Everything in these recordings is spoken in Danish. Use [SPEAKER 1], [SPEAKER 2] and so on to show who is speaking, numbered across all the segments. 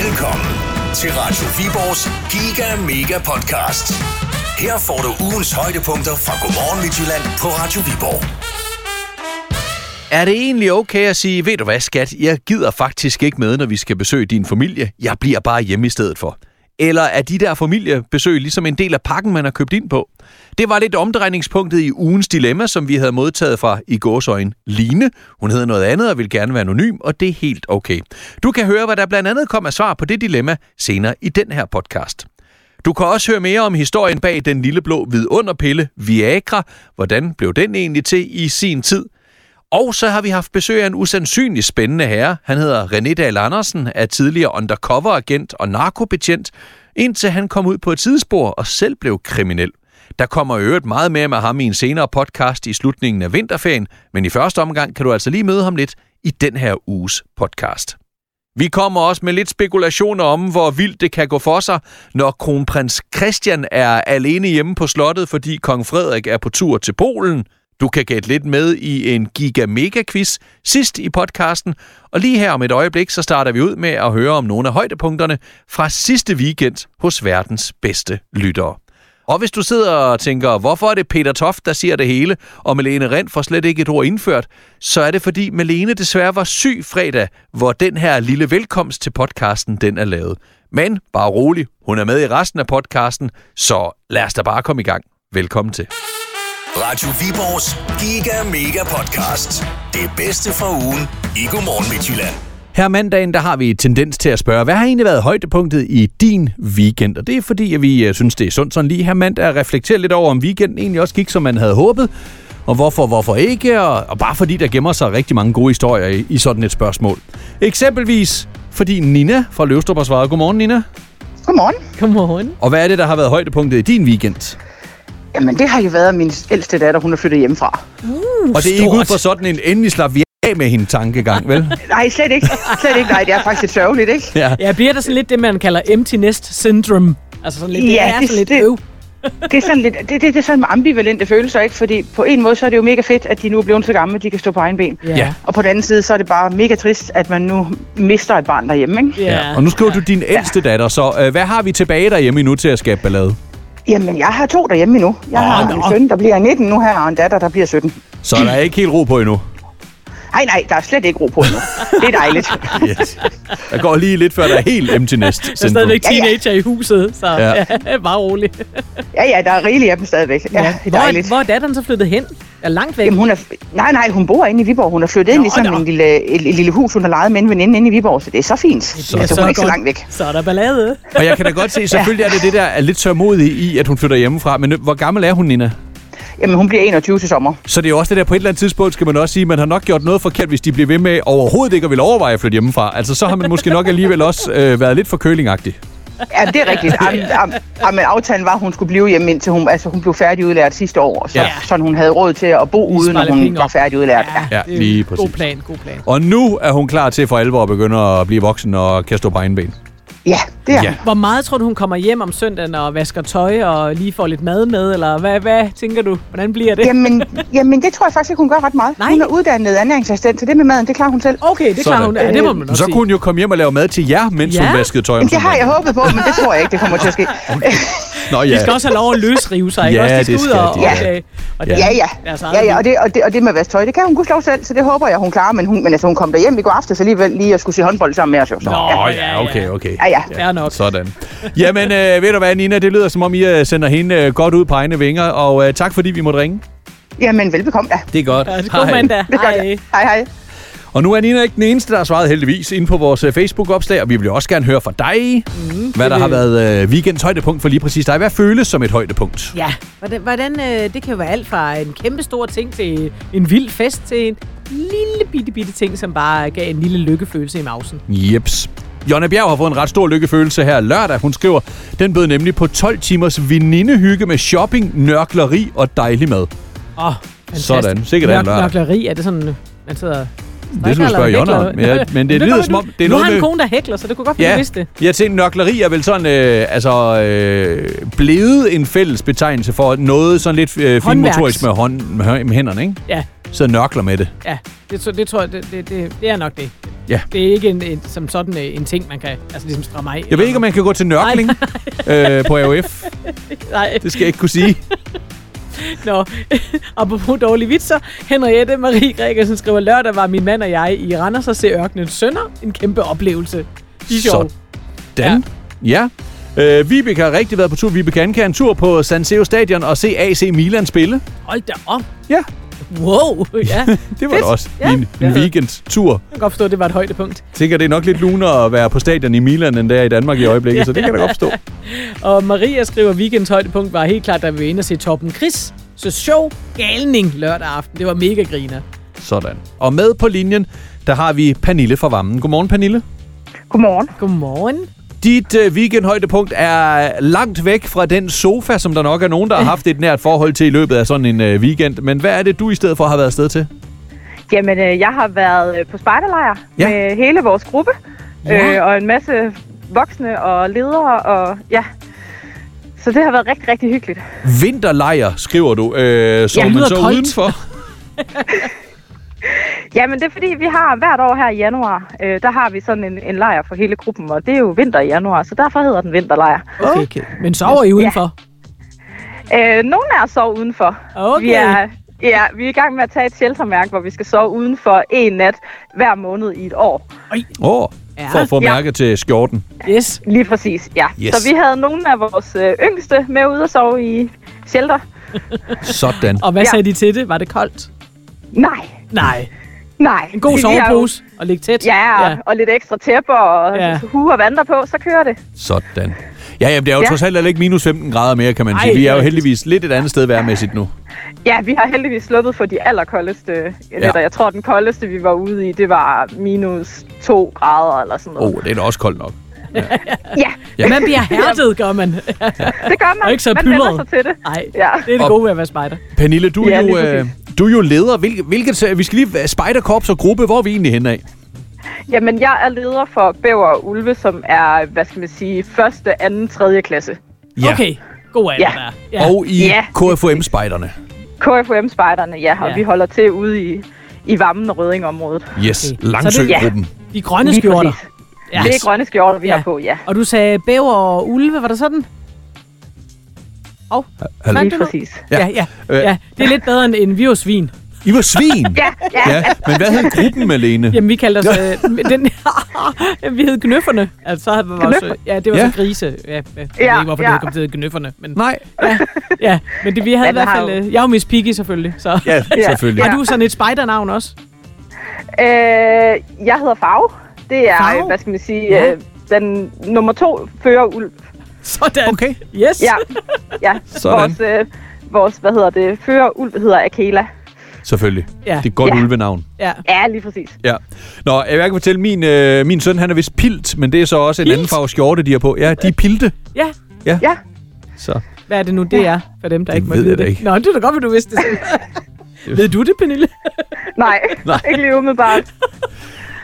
[SPEAKER 1] Velkommen til Radio Viborgs Giga Mega Podcast. Her får du ugens højdepunkter fra Godmorgen Midtjylland på Radio Viborg.
[SPEAKER 2] Er det egentlig okay at sige, ved du hvad skat, jeg gider faktisk ikke med, når vi skal besøge din familie. Jeg bliver bare hjemme i stedet for. Eller er de der familiebesøg ligesom en del af pakken, man har købt ind på? Det var lidt omdrejningspunktet i ugens dilemma, som vi havde modtaget fra i gåsøjen Line. Hun hedder noget andet og vil gerne være anonym, og det er helt okay. Du kan høre, hvad der blandt andet kom af svar på det dilemma senere i den her podcast. Du kan også høre mere om historien bag den lille blå vidunderpille Viagra. Hvordan blev den egentlig til i sin tid? Og så har vi haft besøg af en usandsynlig spændende herre. Han hedder René Dahl Andersen, er tidligere undercover-agent og narkobetjent, indtil han kom ud på et sidespor og selv blev kriminel. Der kommer i øvrigt meget mere med ham i en senere podcast i slutningen af vinterferien, men i første omgang kan du altså lige møde ham lidt i den her uges podcast. Vi kommer også med lidt spekulationer om, hvor vildt det kan gå for sig, når kronprins Christian er alene hjemme på slottet, fordi kong Frederik er på tur til Polen. Du kan gætte lidt med i en giga-mega-quiz sidst i podcasten. Og lige her om et øjeblik, så starter vi ud med at høre om nogle af højdepunkterne fra sidste weekend hos verdens bedste lyttere. Og hvis du sidder og tænker, hvorfor er det Peter Toft, der siger det hele, og Malene Rent får slet ikke et ord indført, så er det fordi Malene desværre var syg fredag, hvor den her lille velkomst til podcasten, den er lavet. Men bare rolig, hun er med i resten af podcasten, så lad os da bare komme i gang. Velkommen til.
[SPEAKER 1] Radio Viborgs Giga Mega Podcast. Det bedste fra ugen i Godmorgen Midtjylland.
[SPEAKER 2] Her mandagen, der har vi tendens til at spørge, hvad har egentlig været højdepunktet i din weekend? Og det er fordi, at vi øh, synes, det er sundt sådan lige her mandag at reflektere lidt over, om weekenden egentlig også gik, som man havde håbet. Og hvorfor, hvorfor ikke? Og, og bare fordi, der gemmer sig rigtig mange gode historier i, i sådan et spørgsmål. Eksempelvis fordi Nina fra Løvstrup har svaret. Godmorgen, Nina.
[SPEAKER 3] Godmorgen.
[SPEAKER 4] Godmorgen.
[SPEAKER 2] Og hvad er det, der har været højdepunktet i din weekend?
[SPEAKER 3] Jamen, det har jo været min ældste datter, hun er flyttet hjemmefra.
[SPEAKER 2] og det er ikke ud fra sådan en endelig slap vi af med hende tankegang, vel?
[SPEAKER 3] Nej, slet ikke. Slet ikke. Nej, det er faktisk lidt sørgeligt, ikke?
[SPEAKER 2] ja.
[SPEAKER 4] Ja, bliver der sådan lidt det, man kalder empty nest syndrome? Altså sådan lidt,
[SPEAKER 3] Ja,
[SPEAKER 4] det er
[SPEAKER 3] det-
[SPEAKER 4] sådan lidt
[SPEAKER 3] det-
[SPEAKER 4] øv.
[SPEAKER 3] Det er sådan lidt, det, det, det er sådan ambivalente følelser, ikke? Fordi på en måde, så er det jo mega fedt, at de nu er blevet så gamle, at de kan stå på egen ben.
[SPEAKER 4] Ja.
[SPEAKER 2] Ja.
[SPEAKER 4] Ja.
[SPEAKER 3] Og på den anden side, så er det bare mega trist, at man nu mister et barn derhjemme, ikke?
[SPEAKER 2] ja. Og nu skriver du din ældste datter, så øh, hvad har vi tilbage derhjemme nu til at skabe ballade?
[SPEAKER 3] Jamen, jeg har to derhjemme endnu. Jeg
[SPEAKER 2] Åh,
[SPEAKER 3] har
[SPEAKER 2] nå.
[SPEAKER 3] en søn, der bliver 19 nu her, og en datter, der bliver 17.
[SPEAKER 2] Så der er ikke helt ro på endnu.
[SPEAKER 3] Nej, nej, der er slet ikke ro på endnu. Det er dejligt.
[SPEAKER 2] Yes. Der går lige lidt før, der er helt empty nest.
[SPEAKER 4] Der er stadigvæk
[SPEAKER 3] Ja, ja.
[SPEAKER 4] teenager i huset, så
[SPEAKER 2] Ja.
[SPEAKER 4] ja. ja bare rolig.
[SPEAKER 3] Ja, ja, der er rigeligt af dem stadigvæk. Ja, det er
[SPEAKER 4] Hvor,
[SPEAKER 3] dejligt.
[SPEAKER 4] hvor er datteren så flyttet hen? Er langt væk?
[SPEAKER 3] Jamen, hun er, nej, nej, hun bor inde i Viborg. Hun er flyttet ind
[SPEAKER 4] Nå,
[SPEAKER 3] i sådan
[SPEAKER 4] nå.
[SPEAKER 3] en lille, et, et lille hus, hun har lejet med en veninde inde i Viborg, så det er så fint. Så, altså, hun er ikke så
[SPEAKER 4] godt.
[SPEAKER 3] langt væk.
[SPEAKER 4] Så er der ballade.
[SPEAKER 2] Og jeg kan da godt se, selvfølgelig er det det, der er lidt tørmodig i, at hun flytter hjemmefra. Men øh, hvor gammel er hun, Nina?
[SPEAKER 3] Jamen, hun bliver 21 til sommer.
[SPEAKER 2] Så det er jo også det der, på et eller andet tidspunkt skal man også sige, at man har nok gjort noget forkert, hvis de bliver ved med overhovedet ikke at ville overveje at flytte hjemmefra. Altså, så har man måske nok alligevel også øh, været lidt for kølingagtig.
[SPEAKER 3] Ja, det er rigtigt. Jamen, jamen, jamen, aftalen var, at hun skulle blive hjemme, indtil hun, altså, hun blev færdigudlært sidste år, så,
[SPEAKER 2] Ja.
[SPEAKER 3] ja. sådan hun havde råd til at bo ude, når
[SPEAKER 4] Spejler
[SPEAKER 3] hun
[SPEAKER 4] penge
[SPEAKER 3] var
[SPEAKER 4] op.
[SPEAKER 3] færdigudlært. Ja.
[SPEAKER 2] Ja,
[SPEAKER 4] det er
[SPEAKER 2] lige
[SPEAKER 4] en God
[SPEAKER 2] præcis.
[SPEAKER 4] plan, god plan.
[SPEAKER 2] Og nu er hun klar til for alvor at begynde at blive voksen og kan stå på egen ben.
[SPEAKER 3] ja, det er
[SPEAKER 2] Ja.
[SPEAKER 3] ja.
[SPEAKER 4] Hvor meget tror du, hun kommer hjem om søndagen og vasker tøj og lige får lidt mad med? Eller hvad, hvad tænker du? Hvordan bliver det?
[SPEAKER 3] Jamen, jamen, det tror jeg faktisk ikke, hun gør ret meget.
[SPEAKER 4] Nej.
[SPEAKER 3] Hun er uddannet ernæringsassistent, så det med maden, det klarer hun selv.
[SPEAKER 4] Okay, det
[SPEAKER 2] Sådan.
[SPEAKER 4] klarer hun. Ja, det må man nok
[SPEAKER 2] Så
[SPEAKER 4] sige.
[SPEAKER 2] kunne hun jo komme hjem og lave mad til jer, mens
[SPEAKER 4] Ja.
[SPEAKER 2] hun vaskede tøj om
[SPEAKER 3] Jamen, det har jeg
[SPEAKER 2] søndagen.
[SPEAKER 3] håbet på, men det tror jeg ikke, det kommer til at ske.
[SPEAKER 2] Nå, ja.
[SPEAKER 4] De skal også have lov at løsrive sig, ikke?
[SPEAKER 2] Ja,
[SPEAKER 4] også? De
[SPEAKER 2] det
[SPEAKER 4] skal ud
[SPEAKER 2] skal
[SPEAKER 4] og,
[SPEAKER 2] de.
[SPEAKER 4] og,
[SPEAKER 2] Ja.
[SPEAKER 4] øh, og
[SPEAKER 2] Ja.
[SPEAKER 3] Ja, ja.
[SPEAKER 4] Deres
[SPEAKER 3] ja,
[SPEAKER 4] eget
[SPEAKER 3] ja
[SPEAKER 4] liv.
[SPEAKER 3] og, det, og, det, og det med at vaske tøj, det kan hun gudslov selv, så det håber jeg, hun klarer. Men, hun, men altså, hun kom derhjem i går aftes alligevel lige at skulle se håndbold sammen med os. Jo, så.
[SPEAKER 4] Nå.
[SPEAKER 2] Åh,
[SPEAKER 4] Åh,
[SPEAKER 2] oh,
[SPEAKER 4] ja,
[SPEAKER 2] ja,
[SPEAKER 4] ja.
[SPEAKER 2] okay, okay.
[SPEAKER 3] Ja, ja.
[SPEAKER 4] Fair nok.
[SPEAKER 2] Sådan. Jamen, øh, ved du hvad, Nina, det lyder som om, I øh, sender hende øh, godt ud på egne vinger, og øh, tak fordi vi måtte ringe.
[SPEAKER 3] Jamen, velbekomme da.
[SPEAKER 2] Det er godt.
[SPEAKER 4] Ja, God mandag.
[SPEAKER 3] Det gør
[SPEAKER 4] Hej.
[SPEAKER 3] jeg. Hej, hej.
[SPEAKER 2] Og nu er Nina ikke den eneste, der har svaret heldigvis inde på vores øh, Facebook-opslag, og vi vil jo også gerne høre fra dig, mm, hvad der har været øh, weekends højdepunkt for lige præcis dig. Hvad føles som et højdepunkt?
[SPEAKER 4] Ja, hvordan, hvordan øh, det kan jo være alt fra en kæmpe stor ting til en vild fest til en lille bitte bitte ting, som bare gav en lille lykkefølelse i mausen.
[SPEAKER 2] Jeps. Jonna Bjerg har fået en ret stor lykkefølelse her lørdag. Hun skriver, den bød nemlig på 12 timers venindehygge med shopping, nørkleri og dejlig mad.
[SPEAKER 4] Åh, oh, fantastisk.
[SPEAKER 2] Sådan. Sikkert er en
[SPEAKER 4] Nørk-
[SPEAKER 2] lørdag.
[SPEAKER 4] Nørkleri, er det sådan, øh, man sidder...
[SPEAKER 2] Det skal du spørge Jonna om. Ja, men det lyder som om...
[SPEAKER 4] Det
[SPEAKER 2] er
[SPEAKER 4] nu
[SPEAKER 2] noget
[SPEAKER 4] har en
[SPEAKER 2] med-
[SPEAKER 4] kone, der hækler, så det kunne godt være,
[SPEAKER 2] Ja,
[SPEAKER 4] du vidste det.
[SPEAKER 2] jeg tænkte, nørkleri er vel sådan, øh, altså, øh, blevet en fælles betegnelse for noget sådan lidt øh, finmotorisk med, hånd, med, hø- med hænderne, ikke?
[SPEAKER 4] Ja,
[SPEAKER 2] Så nørkler med det.
[SPEAKER 4] ja. Det, tror- det tror jeg, det, det, det, det er nok det.
[SPEAKER 2] Ja.
[SPEAKER 4] Det er ikke en, en, som sådan øh, en ting, man kan altså, ligesom stramme af.
[SPEAKER 2] Jeg ved ikke, om man kan gå til nørkling øh, på AOF.
[SPEAKER 4] Nej,
[SPEAKER 2] Det skal jeg ikke kunne sige.
[SPEAKER 4] nå. Apropos dårlige vitser. Henriette Marie Gregersen skriver, lørdag var min mand og jeg i Randers og se ørkenen sønder. En kæmpe oplevelse. De er sjov.
[SPEAKER 2] Dan? Ja. ja. Øh, Vibeke har rigtig været på tur. Vibeke Anka en tur på San Seo Stadion og se AC Milan spille.
[SPEAKER 4] Hold da op.
[SPEAKER 2] Ja,
[SPEAKER 4] Wow. Ja.
[SPEAKER 2] det var
[SPEAKER 4] Fedt.
[SPEAKER 2] da også
[SPEAKER 4] Ja.
[SPEAKER 2] en, en weekendtur.
[SPEAKER 4] Jeg kan godt forstå, at det var et højdepunkt.
[SPEAKER 2] Tænker, det er nok lidt lunere at være på stadion i Milan, end det er i Danmark i øjeblikket, så det kan da godt forstå.
[SPEAKER 4] Og Maria skriver, at weekendens højdepunkt var helt klart, da vi var inde og se Torben Chris. Så sjov galning lørdag aften. Det var mega griner.
[SPEAKER 2] Sådan. Og med på linjen, der har vi Pernille fra Vammen. Godmorgen, Pernille.
[SPEAKER 5] Godmorgen.
[SPEAKER 4] Godmorgen.
[SPEAKER 2] Dit øh, weekendhøjdepunkt er langt væk fra den sofa, som der nok er nogen, der har haft et nært forhold til i løbet af sådan en øh, weekend. Men hvad er det, du i stedet for har været afsted til?
[SPEAKER 5] Jamen, øh, jeg har været øh, på spejderlejr
[SPEAKER 2] Ja.
[SPEAKER 5] ja. med hele vores gruppe.
[SPEAKER 4] Ja.
[SPEAKER 5] Ja. Øh, og en masse voksne og ledere og ja. Så det har været rigtig, rigtig hyggeligt.
[SPEAKER 2] Vinterlejr, skriver du, øh, som
[SPEAKER 4] Ja,
[SPEAKER 2] man
[SPEAKER 4] lyder
[SPEAKER 2] så
[SPEAKER 4] koldt.
[SPEAKER 2] udenfor.
[SPEAKER 5] Jamen, det er fordi, vi har hvert år her i januar, øh, der har vi sådan en, en lejr for hele gruppen, og det er jo vinter i januar, så derfor hedder den vinterlejr.
[SPEAKER 4] Okay. okay. Men sover I udenfor?
[SPEAKER 5] Øh, nogle af os sover udenfor.
[SPEAKER 4] Okay.
[SPEAKER 5] Vi er, ja, vi er i gang med at tage et sheltermærke, hvor vi skal sove udenfor en nat hver måned i et år.
[SPEAKER 2] Åh, oh,
[SPEAKER 4] Ja.
[SPEAKER 2] for at få
[SPEAKER 5] Ja.
[SPEAKER 2] mærke til skjorten.
[SPEAKER 4] Yes.
[SPEAKER 5] Lige præcis, ja.
[SPEAKER 2] Yes.
[SPEAKER 5] Så vi havde nogle af vores øh, yngste med ud og sove i shelter.
[SPEAKER 2] Sådan.
[SPEAKER 4] Og hvad
[SPEAKER 5] Ja.
[SPEAKER 4] sagde de til det? Var det koldt?
[SPEAKER 5] Nej,
[SPEAKER 4] Nej.
[SPEAKER 5] nej.
[SPEAKER 4] En god
[SPEAKER 5] Vi- vi har jo-
[SPEAKER 4] sovepose og ligge tæt.
[SPEAKER 5] Ja, ja, og lidt ekstra tæpper og
[SPEAKER 4] Ja.
[SPEAKER 5] ja. hue og vandre på, så kører det.
[SPEAKER 2] Sådan. Ja, jamen, det er jo ja.
[SPEAKER 5] Ja.
[SPEAKER 2] trods alt heller ikke minus 15 grader mere, kan man
[SPEAKER 4] Ej,
[SPEAKER 2] sige. Vi er jo
[SPEAKER 4] rigtigt.
[SPEAKER 2] heldigvis lidt et andet sted værmæssigt nu.
[SPEAKER 5] Ja, vi har heldigvis sluppet for de allerkoldeste ja. nætter. Jeg tror, den koldeste, vi var ude i, det var minus 2 grader eller sådan
[SPEAKER 2] Åh,
[SPEAKER 5] noget.
[SPEAKER 2] oh, det er da også koldt nok.
[SPEAKER 5] Ja,
[SPEAKER 2] Ja.
[SPEAKER 4] Man bliver hærdet, gør man.
[SPEAKER 5] det gør man.
[SPEAKER 4] Og ikke så
[SPEAKER 5] man vender
[SPEAKER 4] pyldret.
[SPEAKER 5] sig til det.
[SPEAKER 4] Nej,
[SPEAKER 5] Ja.
[SPEAKER 4] det er det
[SPEAKER 2] Og-
[SPEAKER 4] gode ved at være spejder.
[SPEAKER 2] Pernille, du, er
[SPEAKER 5] Ja,
[SPEAKER 2] jo,
[SPEAKER 5] lige
[SPEAKER 2] øh,
[SPEAKER 5] præcis.
[SPEAKER 2] du er jo leder. Hvilket, hvilket, vi skal lige... øh, Spejderkorps og gruppe, hvor er vi egentlig henne af?
[SPEAKER 5] Jamen, jeg er leder for Bæver og Ulve, som er, hvad skal man sige, første, anden, tredje klasse.
[SPEAKER 4] Okay, god alder
[SPEAKER 5] Ja.
[SPEAKER 4] der.
[SPEAKER 2] Og i
[SPEAKER 5] Ja.
[SPEAKER 2] KFUM-spejderne.
[SPEAKER 5] KFUM-spejderne, ja, og
[SPEAKER 4] Ja.
[SPEAKER 5] ja. vi holder til ude i, i Vammen og Rødding-området.
[SPEAKER 2] Yes,
[SPEAKER 4] Okay.
[SPEAKER 2] okay. Langsø-gruppen.
[SPEAKER 4] De grønne skjorter.
[SPEAKER 5] Ja. Det er grønne skjorter, vi
[SPEAKER 4] Ja.
[SPEAKER 5] ja. har på, ja.
[SPEAKER 4] Og du sagde bæver og ulve, var det sådan? Og,
[SPEAKER 2] hallo.
[SPEAKER 4] fandt
[SPEAKER 5] Lige
[SPEAKER 4] du nu?
[SPEAKER 5] præcis.
[SPEAKER 4] Ja, ja,
[SPEAKER 2] Øh.
[SPEAKER 4] ja. Det er lidt bedre end, end vi var svin.
[SPEAKER 2] I var svin!
[SPEAKER 5] Ja, ja.
[SPEAKER 2] ja. Men hvad hed gruppen, Malene?
[SPEAKER 4] Jamen, vi kaldte os... Øh, den, vi hed Gnøfferne. Altså, så havde vi også,
[SPEAKER 5] Gnøffer?
[SPEAKER 4] ja, det var
[SPEAKER 2] Ja.
[SPEAKER 4] så grise. Ja, ja. Jeg ved
[SPEAKER 5] Ja,
[SPEAKER 4] ikke, hvorfor
[SPEAKER 5] ja.
[SPEAKER 4] det kom til at hedde Gnøfferne. Men,
[SPEAKER 2] Nej.
[SPEAKER 4] ja, men det, vi havde i
[SPEAKER 5] Men
[SPEAKER 4] hvert
[SPEAKER 5] har
[SPEAKER 4] fald...
[SPEAKER 5] jo-
[SPEAKER 4] Øh, jeg er jo Miss Piggy, selvfølgelig. Så.
[SPEAKER 2] Ja,
[SPEAKER 5] Ja.
[SPEAKER 2] selvfølgelig.
[SPEAKER 4] Har du sådan et spejdernavn også?
[SPEAKER 5] Øh, jeg hedder Farve. Det er,
[SPEAKER 4] Farve?
[SPEAKER 5] Farve? hvad skal man sige,
[SPEAKER 4] Ja.
[SPEAKER 5] ja. øh, den nummer to fører ulv.
[SPEAKER 4] Sådan.
[SPEAKER 2] Okay.
[SPEAKER 4] Yes.
[SPEAKER 5] Ja, ja.
[SPEAKER 2] Sådan.
[SPEAKER 5] Vores, øh, vores, hvad hedder det, fører ulv hedder Akela.
[SPEAKER 2] Selvfølgelig.
[SPEAKER 4] Ja.
[SPEAKER 2] Det er et godt
[SPEAKER 5] Ja.
[SPEAKER 2] ulvenavn.
[SPEAKER 4] ja.
[SPEAKER 5] Ja, lige præcis.
[SPEAKER 2] Ja. Nå, jeg kan fortælle, min, øh, min søn, han er vist pilt, men det er så også en
[SPEAKER 4] Pilt?
[SPEAKER 2] anden farve skjorte, de har på. Ja, de er pilte.
[SPEAKER 4] Ja.
[SPEAKER 5] Ja,
[SPEAKER 2] Så.
[SPEAKER 4] Hvad er det nu, det er for dem, der
[SPEAKER 2] Det
[SPEAKER 4] ikke må
[SPEAKER 2] ved
[SPEAKER 4] vide
[SPEAKER 2] jeg da
[SPEAKER 4] det?
[SPEAKER 2] ikke.
[SPEAKER 4] Nå, det er da godt, at du vidste det selv. ved du det, Pernille?
[SPEAKER 5] nej,
[SPEAKER 2] Nej.
[SPEAKER 5] nej. ikke lige umiddelbart.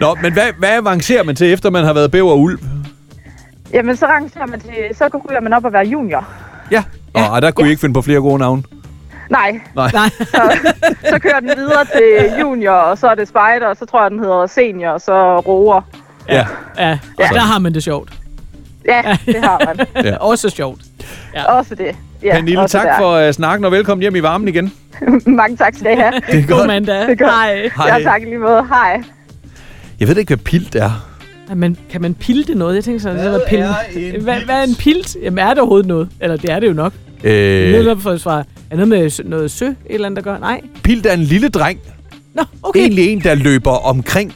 [SPEAKER 2] Nå, men hvad, hvad avancerer man til, efter man har været bæver og ulv?
[SPEAKER 5] Jamen, så rangerer man til, så ryger man op og være junior.
[SPEAKER 2] Ja. Nå, ja. der kunne ja. I ikke finde på flere gode navne.
[SPEAKER 5] Nej,
[SPEAKER 4] Nej.
[SPEAKER 5] så kører den videre til junior, og så er det spider, og så tror jeg, den hedder senior, og så roer.
[SPEAKER 2] Ja.
[SPEAKER 4] Ja, og
[SPEAKER 2] Ja.
[SPEAKER 4] der har man det sjovt.
[SPEAKER 5] Ja, det har man.
[SPEAKER 2] Ja.
[SPEAKER 4] Også sjovt.
[SPEAKER 5] Også det. Ja,
[SPEAKER 2] Pernille,
[SPEAKER 5] også
[SPEAKER 2] tak
[SPEAKER 5] der.
[SPEAKER 2] for uh, snakken, og velkommen hjem i varmen igen.
[SPEAKER 5] Mange tak skal I have.
[SPEAKER 2] Det er
[SPEAKER 4] God mandag.
[SPEAKER 5] Det er godt.
[SPEAKER 4] Nej.
[SPEAKER 2] Hej.
[SPEAKER 5] Ja, tak i lige måde. Hej.
[SPEAKER 2] Jeg ved ikke, hvad pilt er.
[SPEAKER 4] Ej, Men kan man pilte noget? Jeg tænker sådan, hvad det er pille.
[SPEAKER 2] er en
[SPEAKER 4] hvad,
[SPEAKER 2] pilt?
[SPEAKER 4] hvad er en pilt? Jamen er det overhovedet noget? Eller det er det jo nok. Øh. Noget,
[SPEAKER 2] Øh,
[SPEAKER 4] der får svar. Er noget med sø, noget sø, et eller andet, der gør? Nej.
[SPEAKER 2] pilt er en lille dreng.
[SPEAKER 4] Nå, okay.
[SPEAKER 2] Egentlig en, der løber omkring.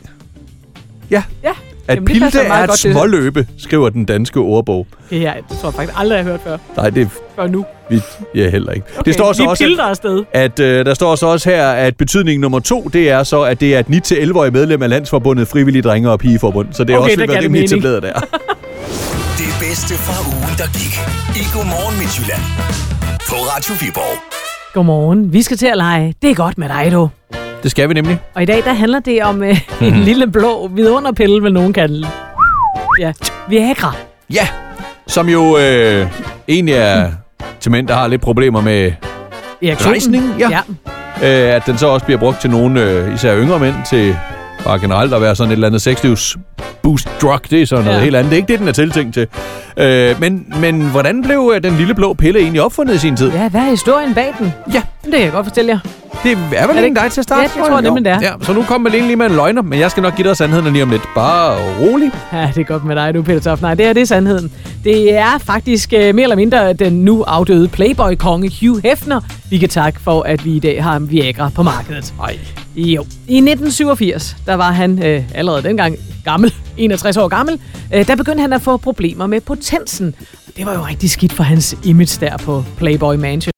[SPEAKER 2] Ja.
[SPEAKER 4] Ja.
[SPEAKER 2] At
[SPEAKER 4] Jamen, det
[SPEAKER 2] pilte
[SPEAKER 4] passer meget
[SPEAKER 2] er et
[SPEAKER 4] godt til-
[SPEAKER 2] småløbe, skriver den danske ordbog.
[SPEAKER 4] Det her, det tror jeg faktisk aldrig, jeg har hørt før.
[SPEAKER 2] Nej, det
[SPEAKER 4] Før nu.
[SPEAKER 2] vi, ja, heller ikke. Okay. Det står så
[SPEAKER 4] vi
[SPEAKER 2] også, at-
[SPEAKER 4] pilter afsted.
[SPEAKER 2] at øh, der står så også her, at betydning nummer to, det er så, at det er et 9-11-årig medlem af Landsforbundet Frivillige Drenge og Pigeforbund. Så det er
[SPEAKER 4] Okay,
[SPEAKER 2] også
[SPEAKER 4] der
[SPEAKER 2] ved at
[SPEAKER 4] gav
[SPEAKER 2] være
[SPEAKER 4] det
[SPEAKER 2] rimelig
[SPEAKER 4] mening.
[SPEAKER 2] etableret der.
[SPEAKER 1] Det bedste fra ugen, der gik. I Godmorgen Midtjylland. På Radio Viborg.
[SPEAKER 4] Godmorgen. Vi skal til at lege. Det er godt med dig, du.
[SPEAKER 2] Det skal vi nemlig.
[SPEAKER 4] Og i dag, der handler det om øh, en lille blå vidunderpille, vil nogen kalde den. Ja, Viagra.
[SPEAKER 2] Ja, som jo øh, egentlig er til mænd, der har lidt problemer med,
[SPEAKER 4] Erik Solen.
[SPEAKER 2] Rejsning, ja.
[SPEAKER 4] ja.
[SPEAKER 2] øh, at den så også bliver brugt til nogle, øh, især yngre mænd, til Bare generelt at være sådan et eller andet sexlivs boost drug, det er sådan noget
[SPEAKER 4] Ja.
[SPEAKER 2] ja. helt andet. Det er ikke det, den er tiltænkt til. Øh, men, men hvordan blev øh, den lille blå pille egentlig opfundet i sin tid?
[SPEAKER 4] Ja, hvad er historien bag den?
[SPEAKER 2] Ja,
[SPEAKER 4] Det kan jeg godt fortælle jer.
[SPEAKER 2] det er vel
[SPEAKER 4] det
[SPEAKER 2] ikke
[SPEAKER 4] ikke-
[SPEAKER 2] dig til at starte,
[SPEAKER 4] Ja, det tror jeg nemlig, det er.
[SPEAKER 2] Ja, så nu kom Malene lige med en løgner, men jeg skal nok give dig sandheden lige om lidt. Bare rolig.
[SPEAKER 4] Ja, det er godt med dig nu, Peter Toft. Nej, det her det er sandheden. Det er faktisk øh, mere eller mindre den nu afdøde Playboy-konge Hugh Hefner, vi kan takke for, at vi i dag har Viagra på markedet.
[SPEAKER 2] Nej.
[SPEAKER 4] Jo. I 1987, der var han øh, allerede dengang gammel, 61 år gammel, øh, der begyndte han at få problemer med potensen. Det var jo rigtig skidt for hans image der på Playboy Mansion.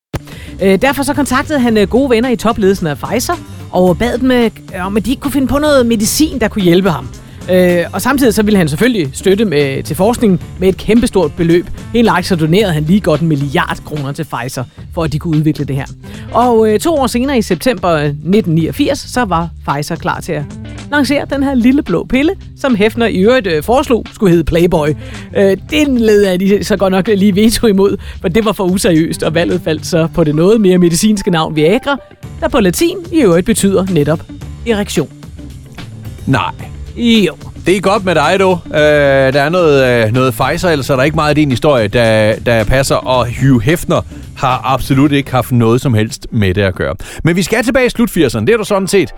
[SPEAKER 4] Øh, derfor så kontaktede han øh, gode venner i topledelsen af Pfizer og bad dem, øh, om at de ikke kunne finde på noget medicin, der kunne hjælpe ham. Øh, og samtidig så ville han selvfølgelig støtte med, til forskningen med et kæmpestort beløb. Helt lagt så donerede han lige godt en milliard kroner til Pfizer, for at de kunne udvikle det her. Og øh, to år senere i september 1989, så var Pfizer klar til at lancere den her lille blå pille, som Hefner i øvrigt øh, foreslog skulle hedde Playboy. Øh, den led af de så godt nok lige veto imod, for det var for useriøst, og valget faldt så på det noget mere medicinske navn Viagra, der på latin i øvrigt betyder netop erektion.
[SPEAKER 2] Nej.
[SPEAKER 4] Jo.
[SPEAKER 2] Det er godt med dig, du. Øh, der er noget, øh, noget Pfizer, ellers er der ikke meget i din historie, der, der passer. Og Hugh Hefner har absolut ikke haft noget som helst med det at gøre. Men vi skal tilbage i slut 80'erne. Det er du sådan set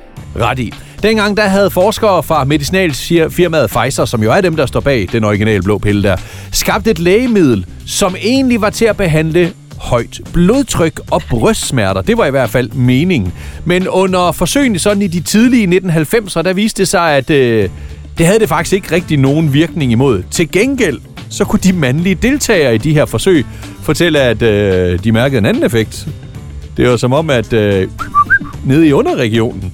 [SPEAKER 2] ret i. Dengang der havde forskere fra medicinalfirmaet Pfizer, som jo er dem, der står bag den originale blå pille der, skabt et lægemiddel, som egentlig var til at behandle højt blodtryk og brystsmerter. Det var i hvert fald meningen. Men under forsøgene sådan i de tidlige 1990'er, der viste det sig, at øh, det havde det faktisk ikke rigtig nogen virkning imod. Til gengæld, så kunne de mandlige deltagere i de her forsøg fortælle, at øh, de mærkede en anden effekt. Det var som om, at øh, nede i underregionen,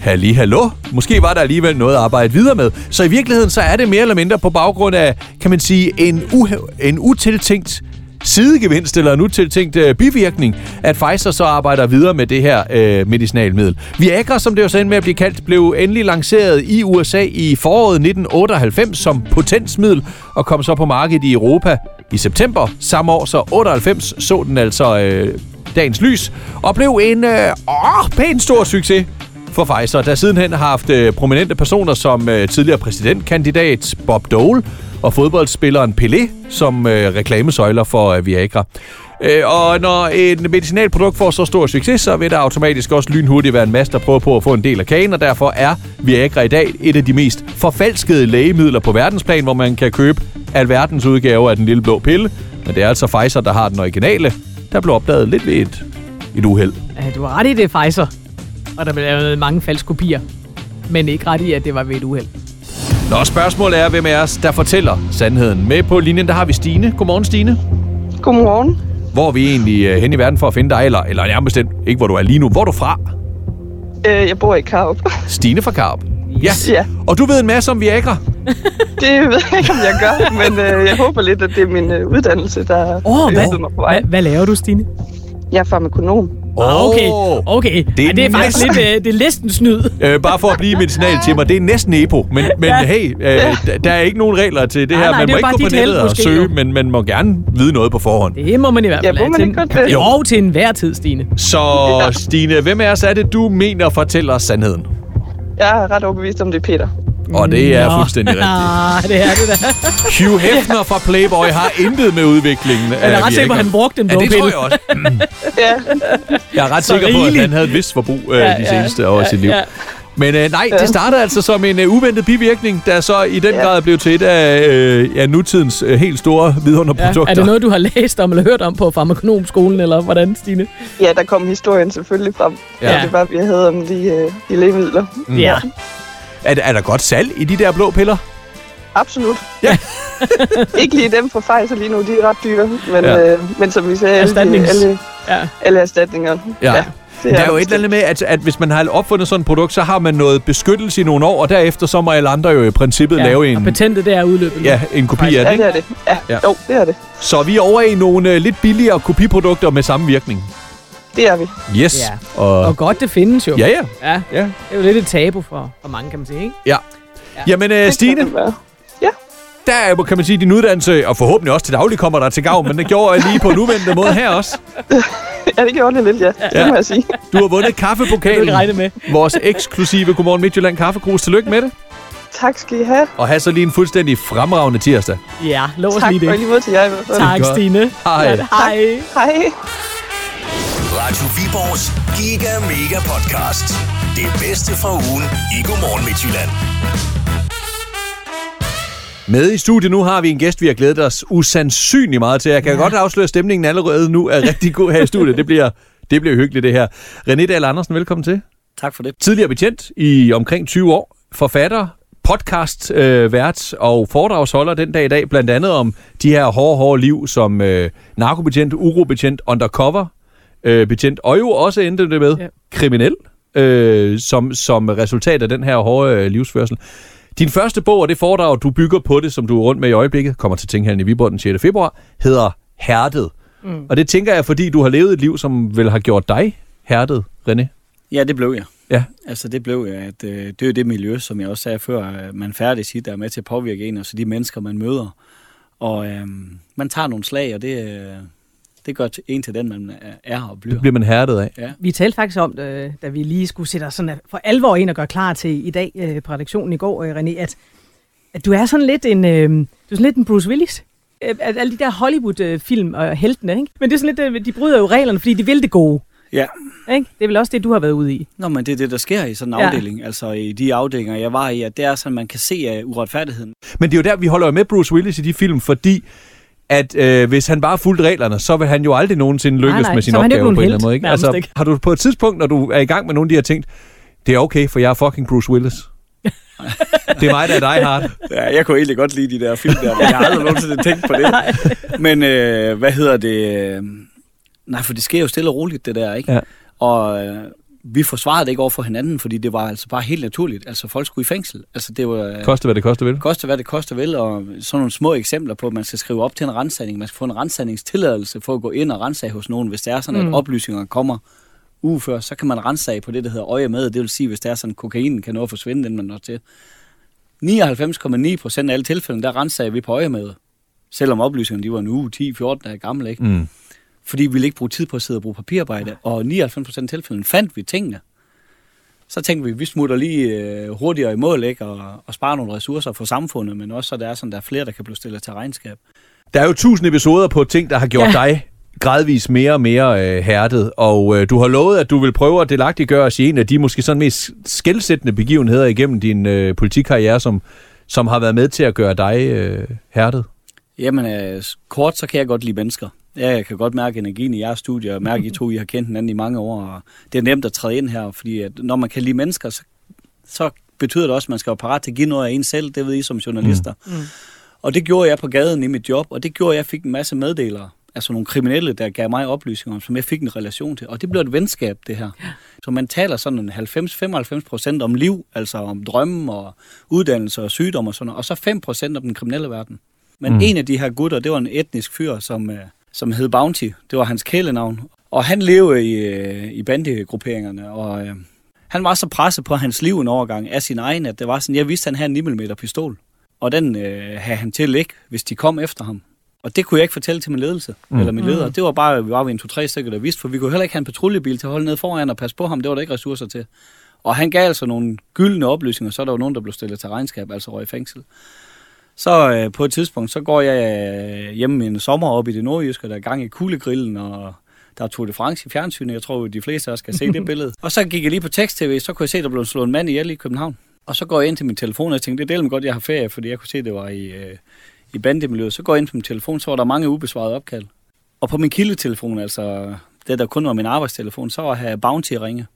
[SPEAKER 2] Halli, hallo. Måske var der alligevel noget at arbejde videre med. Så i virkeligheden så er det mere eller mindre på baggrund af, kan man sige, en, uhe- en utiltænkt sidegevinst eller en utiltænkt øh, bivirkning, at Pfizer så arbejder videre med det her øh, medicinalmiddel. Viagra, som det jo så endte med at blive kaldt, blev endelig lanceret i USA i foråret 1998 som potensmiddel og kom så på markedet i Europa i september samme år, så 98 så den altså øh, dagens lys og blev en øh, åh, pæn stor succes for Pfizer, der sidenhen har haft øh, prominente personer som øh, tidligere præsidentkandidat Bob Dole og fodboldspilleren Pelé som øh, reklamesøjler for øh, Viagra. Øh, og når et medicinalprodukt får så stor succes, så vil der automatisk også lynhurtigt være en masse, der prøver på at få en del af kagen, og derfor er Viagra i dag et af de mest forfalskede lægemidler på verdensplan, hvor man kan købe alverdens udgave af den lille blå pille. Men det er altså Pfizer, der har den originale, der blev opdaget lidt ved et, et uheld.
[SPEAKER 4] Ja, øh, du har ret i det, Pfizer. Og der blev lavet mange falske kopier. Men ikke ret i, at det var ved et uheld.
[SPEAKER 2] Nå, spørgsmålet er, hvem af os, der fortæller sandheden. Med på linjen, der har vi Stine. Godmorgen, Stine.
[SPEAKER 5] Godmorgen.
[SPEAKER 2] Hvor er vi egentlig øh, hen i verden for at finde dig? Eller, eller nærmest den, ikke hvor du er lige nu. Hvor er du fra?
[SPEAKER 5] Øh, jeg bor i Karup.
[SPEAKER 2] Stine fra Karp.
[SPEAKER 5] Ja.
[SPEAKER 2] Og du ved en masse om Viagra.
[SPEAKER 5] Det ved jeg ikke, om jeg gør, men øh, jeg håber lidt, at det er min øh, uddannelse, der
[SPEAKER 4] Åh, oh,
[SPEAKER 5] løfter
[SPEAKER 4] hvad,
[SPEAKER 5] mig på vej.
[SPEAKER 4] hvad, hvad laver du, Stine?
[SPEAKER 5] Jeg er farmakonom.
[SPEAKER 4] Ah, Okay, okay. Det
[SPEAKER 2] Det er
[SPEAKER 4] er, ja, det er faktisk lidt
[SPEAKER 2] næsten-
[SPEAKER 4] øh, det er listen snyd.
[SPEAKER 2] Øh, bare for at blive medicinal til mig. Det er næsten EPO. Men, men ja. hey, øh, d- der er ikke nogen regler til det
[SPEAKER 4] Nej,
[SPEAKER 2] her.
[SPEAKER 4] nej,
[SPEAKER 2] man
[SPEAKER 4] det er
[SPEAKER 2] må
[SPEAKER 4] bare
[SPEAKER 2] ikke gå
[SPEAKER 4] dit
[SPEAKER 2] på
[SPEAKER 4] held
[SPEAKER 2] nettet og
[SPEAKER 4] måske,
[SPEAKER 2] søge,
[SPEAKER 4] jo.
[SPEAKER 2] men man må gerne vide noget på forhånd.
[SPEAKER 4] Det må man i hvert
[SPEAKER 5] Ja,
[SPEAKER 4] fald.
[SPEAKER 5] må man
[SPEAKER 4] til-
[SPEAKER 5] ikke godt det?
[SPEAKER 4] Jo, til enhver tid, Stine.
[SPEAKER 2] Så Stine, hvem af os er det, du mener fortæller sandheden?
[SPEAKER 5] Jeg er ret overbevist om, det er Peter.
[SPEAKER 2] Og det er
[SPEAKER 4] Nå.
[SPEAKER 2] fuldstændig rigtigt.
[SPEAKER 4] Ah, det er det da.
[SPEAKER 2] Hugh Hefner fra Playboy har intet med udviklingen.
[SPEAKER 4] Jeg er ret sikker på, at han brugte den
[SPEAKER 2] Ja, det
[SPEAKER 4] blå
[SPEAKER 2] tror
[SPEAKER 4] pille.
[SPEAKER 2] jeg også.
[SPEAKER 5] Ja,
[SPEAKER 2] Jeg er ret
[SPEAKER 4] Så
[SPEAKER 2] sikker på, at
[SPEAKER 4] rigeligt.
[SPEAKER 2] han havde et vist forbrug øh, de seneste år af sit liv.
[SPEAKER 4] ja.
[SPEAKER 2] Men øh, nej, det startede altså som en øh, uventet bivirkning, der så i den
[SPEAKER 5] Ja.
[SPEAKER 2] grad blev til et af øh, ja, nutidens øh, helt store
[SPEAKER 4] Ja.
[SPEAKER 2] vidunderprodukter.
[SPEAKER 4] Er det noget, du har læst om eller hørt om på farmakonomskolen, eller hvordan, Stine?
[SPEAKER 2] Mm.
[SPEAKER 5] ja der kom historien selvfølgelig frem.
[SPEAKER 2] Ja.
[SPEAKER 5] Ja. Det var, vi havde om de, øh, de lægemidler.
[SPEAKER 2] Mm. Er, der- er der godt salg i de der blå piller?
[SPEAKER 5] Absolut.
[SPEAKER 2] Ja.
[SPEAKER 5] ikke lige dem fra Pfizer lige nu, de er ret dyre. Men,
[SPEAKER 2] Ja.
[SPEAKER 5] ja. øh, men som vi sagde, alle,
[SPEAKER 4] Erstatnings-
[SPEAKER 5] alle,
[SPEAKER 4] ja.
[SPEAKER 5] alle erstatninger.
[SPEAKER 2] Ja.
[SPEAKER 5] det
[SPEAKER 2] Der er jo et eller andet med, at, at hvis man har opfundet sådan et produkt, så har man noget beskyttelse i nogle år, og derefter så må alle andre jo i princippet
[SPEAKER 4] ja.
[SPEAKER 2] lave
[SPEAKER 4] Og
[SPEAKER 2] en,
[SPEAKER 4] patentet, det er udløbet. nu.
[SPEAKER 2] ja, en kopi af
[SPEAKER 5] Ja,
[SPEAKER 2] det.
[SPEAKER 5] det
[SPEAKER 2] ikke?
[SPEAKER 5] er det. Ja.
[SPEAKER 2] Ja.
[SPEAKER 5] ja. Jo, det er det.
[SPEAKER 2] Så vi er over i nogle øh, lidt billigere kopiprodukter med samme virkning.
[SPEAKER 5] Det er vi.
[SPEAKER 2] Yes.
[SPEAKER 4] Ja.
[SPEAKER 2] Og,
[SPEAKER 4] Og godt, det findes jo.
[SPEAKER 2] Ja, ja.
[SPEAKER 4] ja.
[SPEAKER 2] Ja.
[SPEAKER 4] Det er jo lidt et tabu for, for mange, kan man sige, ikke?
[SPEAKER 2] ja. Jamen, øh,
[SPEAKER 5] Det
[SPEAKER 2] Stine,
[SPEAKER 5] kan det være.
[SPEAKER 2] der er, jo, kan man sige, din uddannelse, og forhåbentlig også til daglig kommer der til gavn, men det gjorde jeg lige på en uventet måde her også.
[SPEAKER 6] ja, det gjorde det lidt, ja. ja. Det må jeg sige.
[SPEAKER 2] Du har vundet kaffepokalen.
[SPEAKER 4] Det regne med.
[SPEAKER 2] Vores eksklusive Godmorgen Midtjylland kaffekrus. Tillykke med det.
[SPEAKER 6] Tak skal I have.
[SPEAKER 2] Og have så lige en fuldstændig fremragende tirsdag.
[SPEAKER 4] Ja, lov os
[SPEAKER 6] Tak,
[SPEAKER 4] lige
[SPEAKER 6] og i
[SPEAKER 4] det.
[SPEAKER 6] lige måde til jer i hvert fald.
[SPEAKER 4] Tak,
[SPEAKER 2] godt.
[SPEAKER 4] Stine.
[SPEAKER 2] Hej.
[SPEAKER 4] Ja, Hej.
[SPEAKER 6] Hej.
[SPEAKER 1] Radio Viborgs Giga Mega Podcast. Det bedste fra ugen i Godmorgen Midtjylland.
[SPEAKER 2] Med i studiet nu har vi en gæst, vi har glædet os usandsynlig meget til. Jeg kan ja. godt afsløre, at stemningen allerede nu er rigtig god her i studiet. Det bliver, det bliver hyggeligt, det her. René Dahl Andersen, velkommen til.
[SPEAKER 7] Tak for det.
[SPEAKER 2] Tidligere betjent i omkring 20 år, forfatter, podcast øh, vært og foredragsholder den dag i dag, blandt andet om de her hårde, hårde liv som øh, narkobetjent, urobetjent, undercover øh, betjent, og jo også endte det med
[SPEAKER 4] Ja.
[SPEAKER 2] ja. kriminel, øh, som, som resultat af den her hårde øh, livsførsel. Din første bog og det foredrag, du bygger på det, som du er rundt med i øjeblikket, kommer til Tinghallen i Viborg den 6. februar, hedder Hærdet. Mm. Og det tænker jeg, fordi du har levet et liv, som vel har gjort dig hærdet, René.
[SPEAKER 7] Ja, det blev jeg.
[SPEAKER 2] Ja.
[SPEAKER 7] Altså, det blev jeg. At, øh, det er jo det miljø, som jeg også sagde før, øh, man færdes i, der er med til at påvirke en, og så de mennesker, man møder. Og øh, man tager nogle slag, og det, øh, det gør t- en til den, man er- er og bliver.
[SPEAKER 2] Det bliver man hærdet af.
[SPEAKER 4] Vi talte faktisk om det, da vi lige skulle sætte os sådan for alvor ind og gøre klar til i dag øh, på redaktionen i går, øh, René, at, at du er sådan lidt en, øh, du er sådan lidt en Bruce Willis. Øh, at alle de der Hollywood-film øh, og heltene, ikke? Men det er sådan lidt, øh, de bryder jo reglerne, fordi de vil det gode,
[SPEAKER 7] Ja,
[SPEAKER 4] ikke? Det er vel også det, du har været ude i.
[SPEAKER 7] Nå, men det er det, der sker i sådan en
[SPEAKER 4] Ja.
[SPEAKER 7] afdeling, altså i de afdelinger, jeg var i, at det er sådan, man kan se uh, uretfærdigheden.
[SPEAKER 2] Men det er jo der, vi holder jo med Bruce Willis i de film, fordi at øh, hvis han bare fulgte reglerne, så vil han jo aldrig nogensinde lykkes
[SPEAKER 4] nej,
[SPEAKER 2] med sin
[SPEAKER 4] så er han jo
[SPEAKER 2] opgave på en
[SPEAKER 4] blevet
[SPEAKER 2] eller
[SPEAKER 4] helt,
[SPEAKER 2] anden måde. Ikke?
[SPEAKER 4] nærmest
[SPEAKER 2] Altså,
[SPEAKER 4] ikke.
[SPEAKER 2] Har du på et tidspunkt, når du er i gang med nogle af de her ting, det er okay, for jeg er fucking Bruce Willis. det er mig, der er dig hard.
[SPEAKER 7] Ja, jeg kunne egentlig godt lide de der film der, men jeg har aldrig nogensinde tænkt på det. Men øh, hvad hedder det? øh, Nej, for det sker jo stille og roligt, det der, ikke?
[SPEAKER 2] Ja.
[SPEAKER 7] Og øh, vi forsvarede det ikke over for hinanden, fordi det var altså bare helt naturligt. Altså, folk skulle i fængsel. Altså, det var... øh,
[SPEAKER 2] Koste, hvad det koste vil.
[SPEAKER 7] koste hvad det koster vel, og sådan nogle små eksempler på, at man skal skrive op til en rensagning, man skal få en rensagningstilladelse for at gå ind og rensage hos nogen, hvis det er sådan, mm. at oplysninger kommer uge før, så kan man rensage på det, der hedder øje med, det vil sige, hvis det er sådan, at kokainen kan nå at forsvinde, inden man når til. 99,9 procent af alle tilfælde, der rensagde vi på øje med, selvom oplysningerne de var en uge, 10-14 dage gamle, ikke?
[SPEAKER 2] Mm.
[SPEAKER 7] fordi vi ville ikke bruge tid på at sidde og bruge papirarbejde, og 99 procent af tilfældene fandt vi tingene. Så tænkte vi, vi smutter lige øh, hurtigere i mål, ikke? Og, og sparer nogle ressourcer for samfundet, men også så der er sådan, der er flere, der kan blive stillet til regnskab.
[SPEAKER 2] Der er jo tusind episoder på ting, der har gjort ja. dig gradvist mere og mere øh, hærdet, og øh, du har lovet, at du vil prøve at delagtiggøre os i en af de måske sådan mest skældsættende begivenheder igennem din øh, politikkarriere, som, som har været med til at gøre dig øh, hærdet.
[SPEAKER 7] Jamen, øh, kort, så kan jeg godt lide mennesker. Ja, jeg kan godt mærke energien i jeres studie, og mærke, at I to I har kendt hinanden i mange år, og det er nemt at træde ind her, fordi at når man kan lide mennesker, så, så betyder det også, at man skal være parat til at give noget af en selv, det ved I som journalister. Mm. Mm. Og det gjorde jeg på gaden i mit job, og det gjorde, at jeg fik en masse meddelere, altså nogle kriminelle, der gav mig oplysninger om, som jeg fik en relation til, og det blev et venskab, det her. Så man taler sådan en 90-95 procent om liv, altså om drømme og uddannelse og sygdom og sådan noget, og så 5 procent om den kriminelle verden. Men mm. en af de her gutter, det var en etnisk fyr, som, øh, som hed Bounty. Det var hans kælenavn. Og han levede i, øh, i bandegrupperingerne, og øh, han var så presset på hans liv en overgang af sin egen, at det var sådan, jeg vidste, at han havde en 9 mm pistol. Og den øh, havde han til at lægge, hvis de kom efter ham. Og det kunne jeg ikke fortælle til min ledelse, mm. eller min leder. Det var bare, vi var en, to, tre stykker, der vidste, for vi kunne heller ikke have en patruljebil til at holde ned foran og passe på ham. Det var der ikke ressourcer til. Og han gav altså nogle gyldne oplysninger, så er der jo nogen, der blev stillet til regnskab, altså røg i fængsel. Så øh, på et tidspunkt, så går jeg øh, hjemme en sommer op i det nordjyske, og der er gang i kuglegrillen, og der er Tour de France i fjernsynet. Jeg tror, de fleste af os kan se det billede. Og så gik jeg lige på tekst-tv, så kunne jeg se, der blev slået en mand ihjel i København. Og så går jeg ind til min telefon, og jeg tænkte, det er delt godt, jeg har ferie, fordi jeg kunne se, det var i, øh, i bandemiljøet. Så går jeg ind på min telefon, så var der mange ubesvarede opkald. Og på min kildetelefon, altså det, der kun var min arbejdstelefon, så var her Bounty ringe.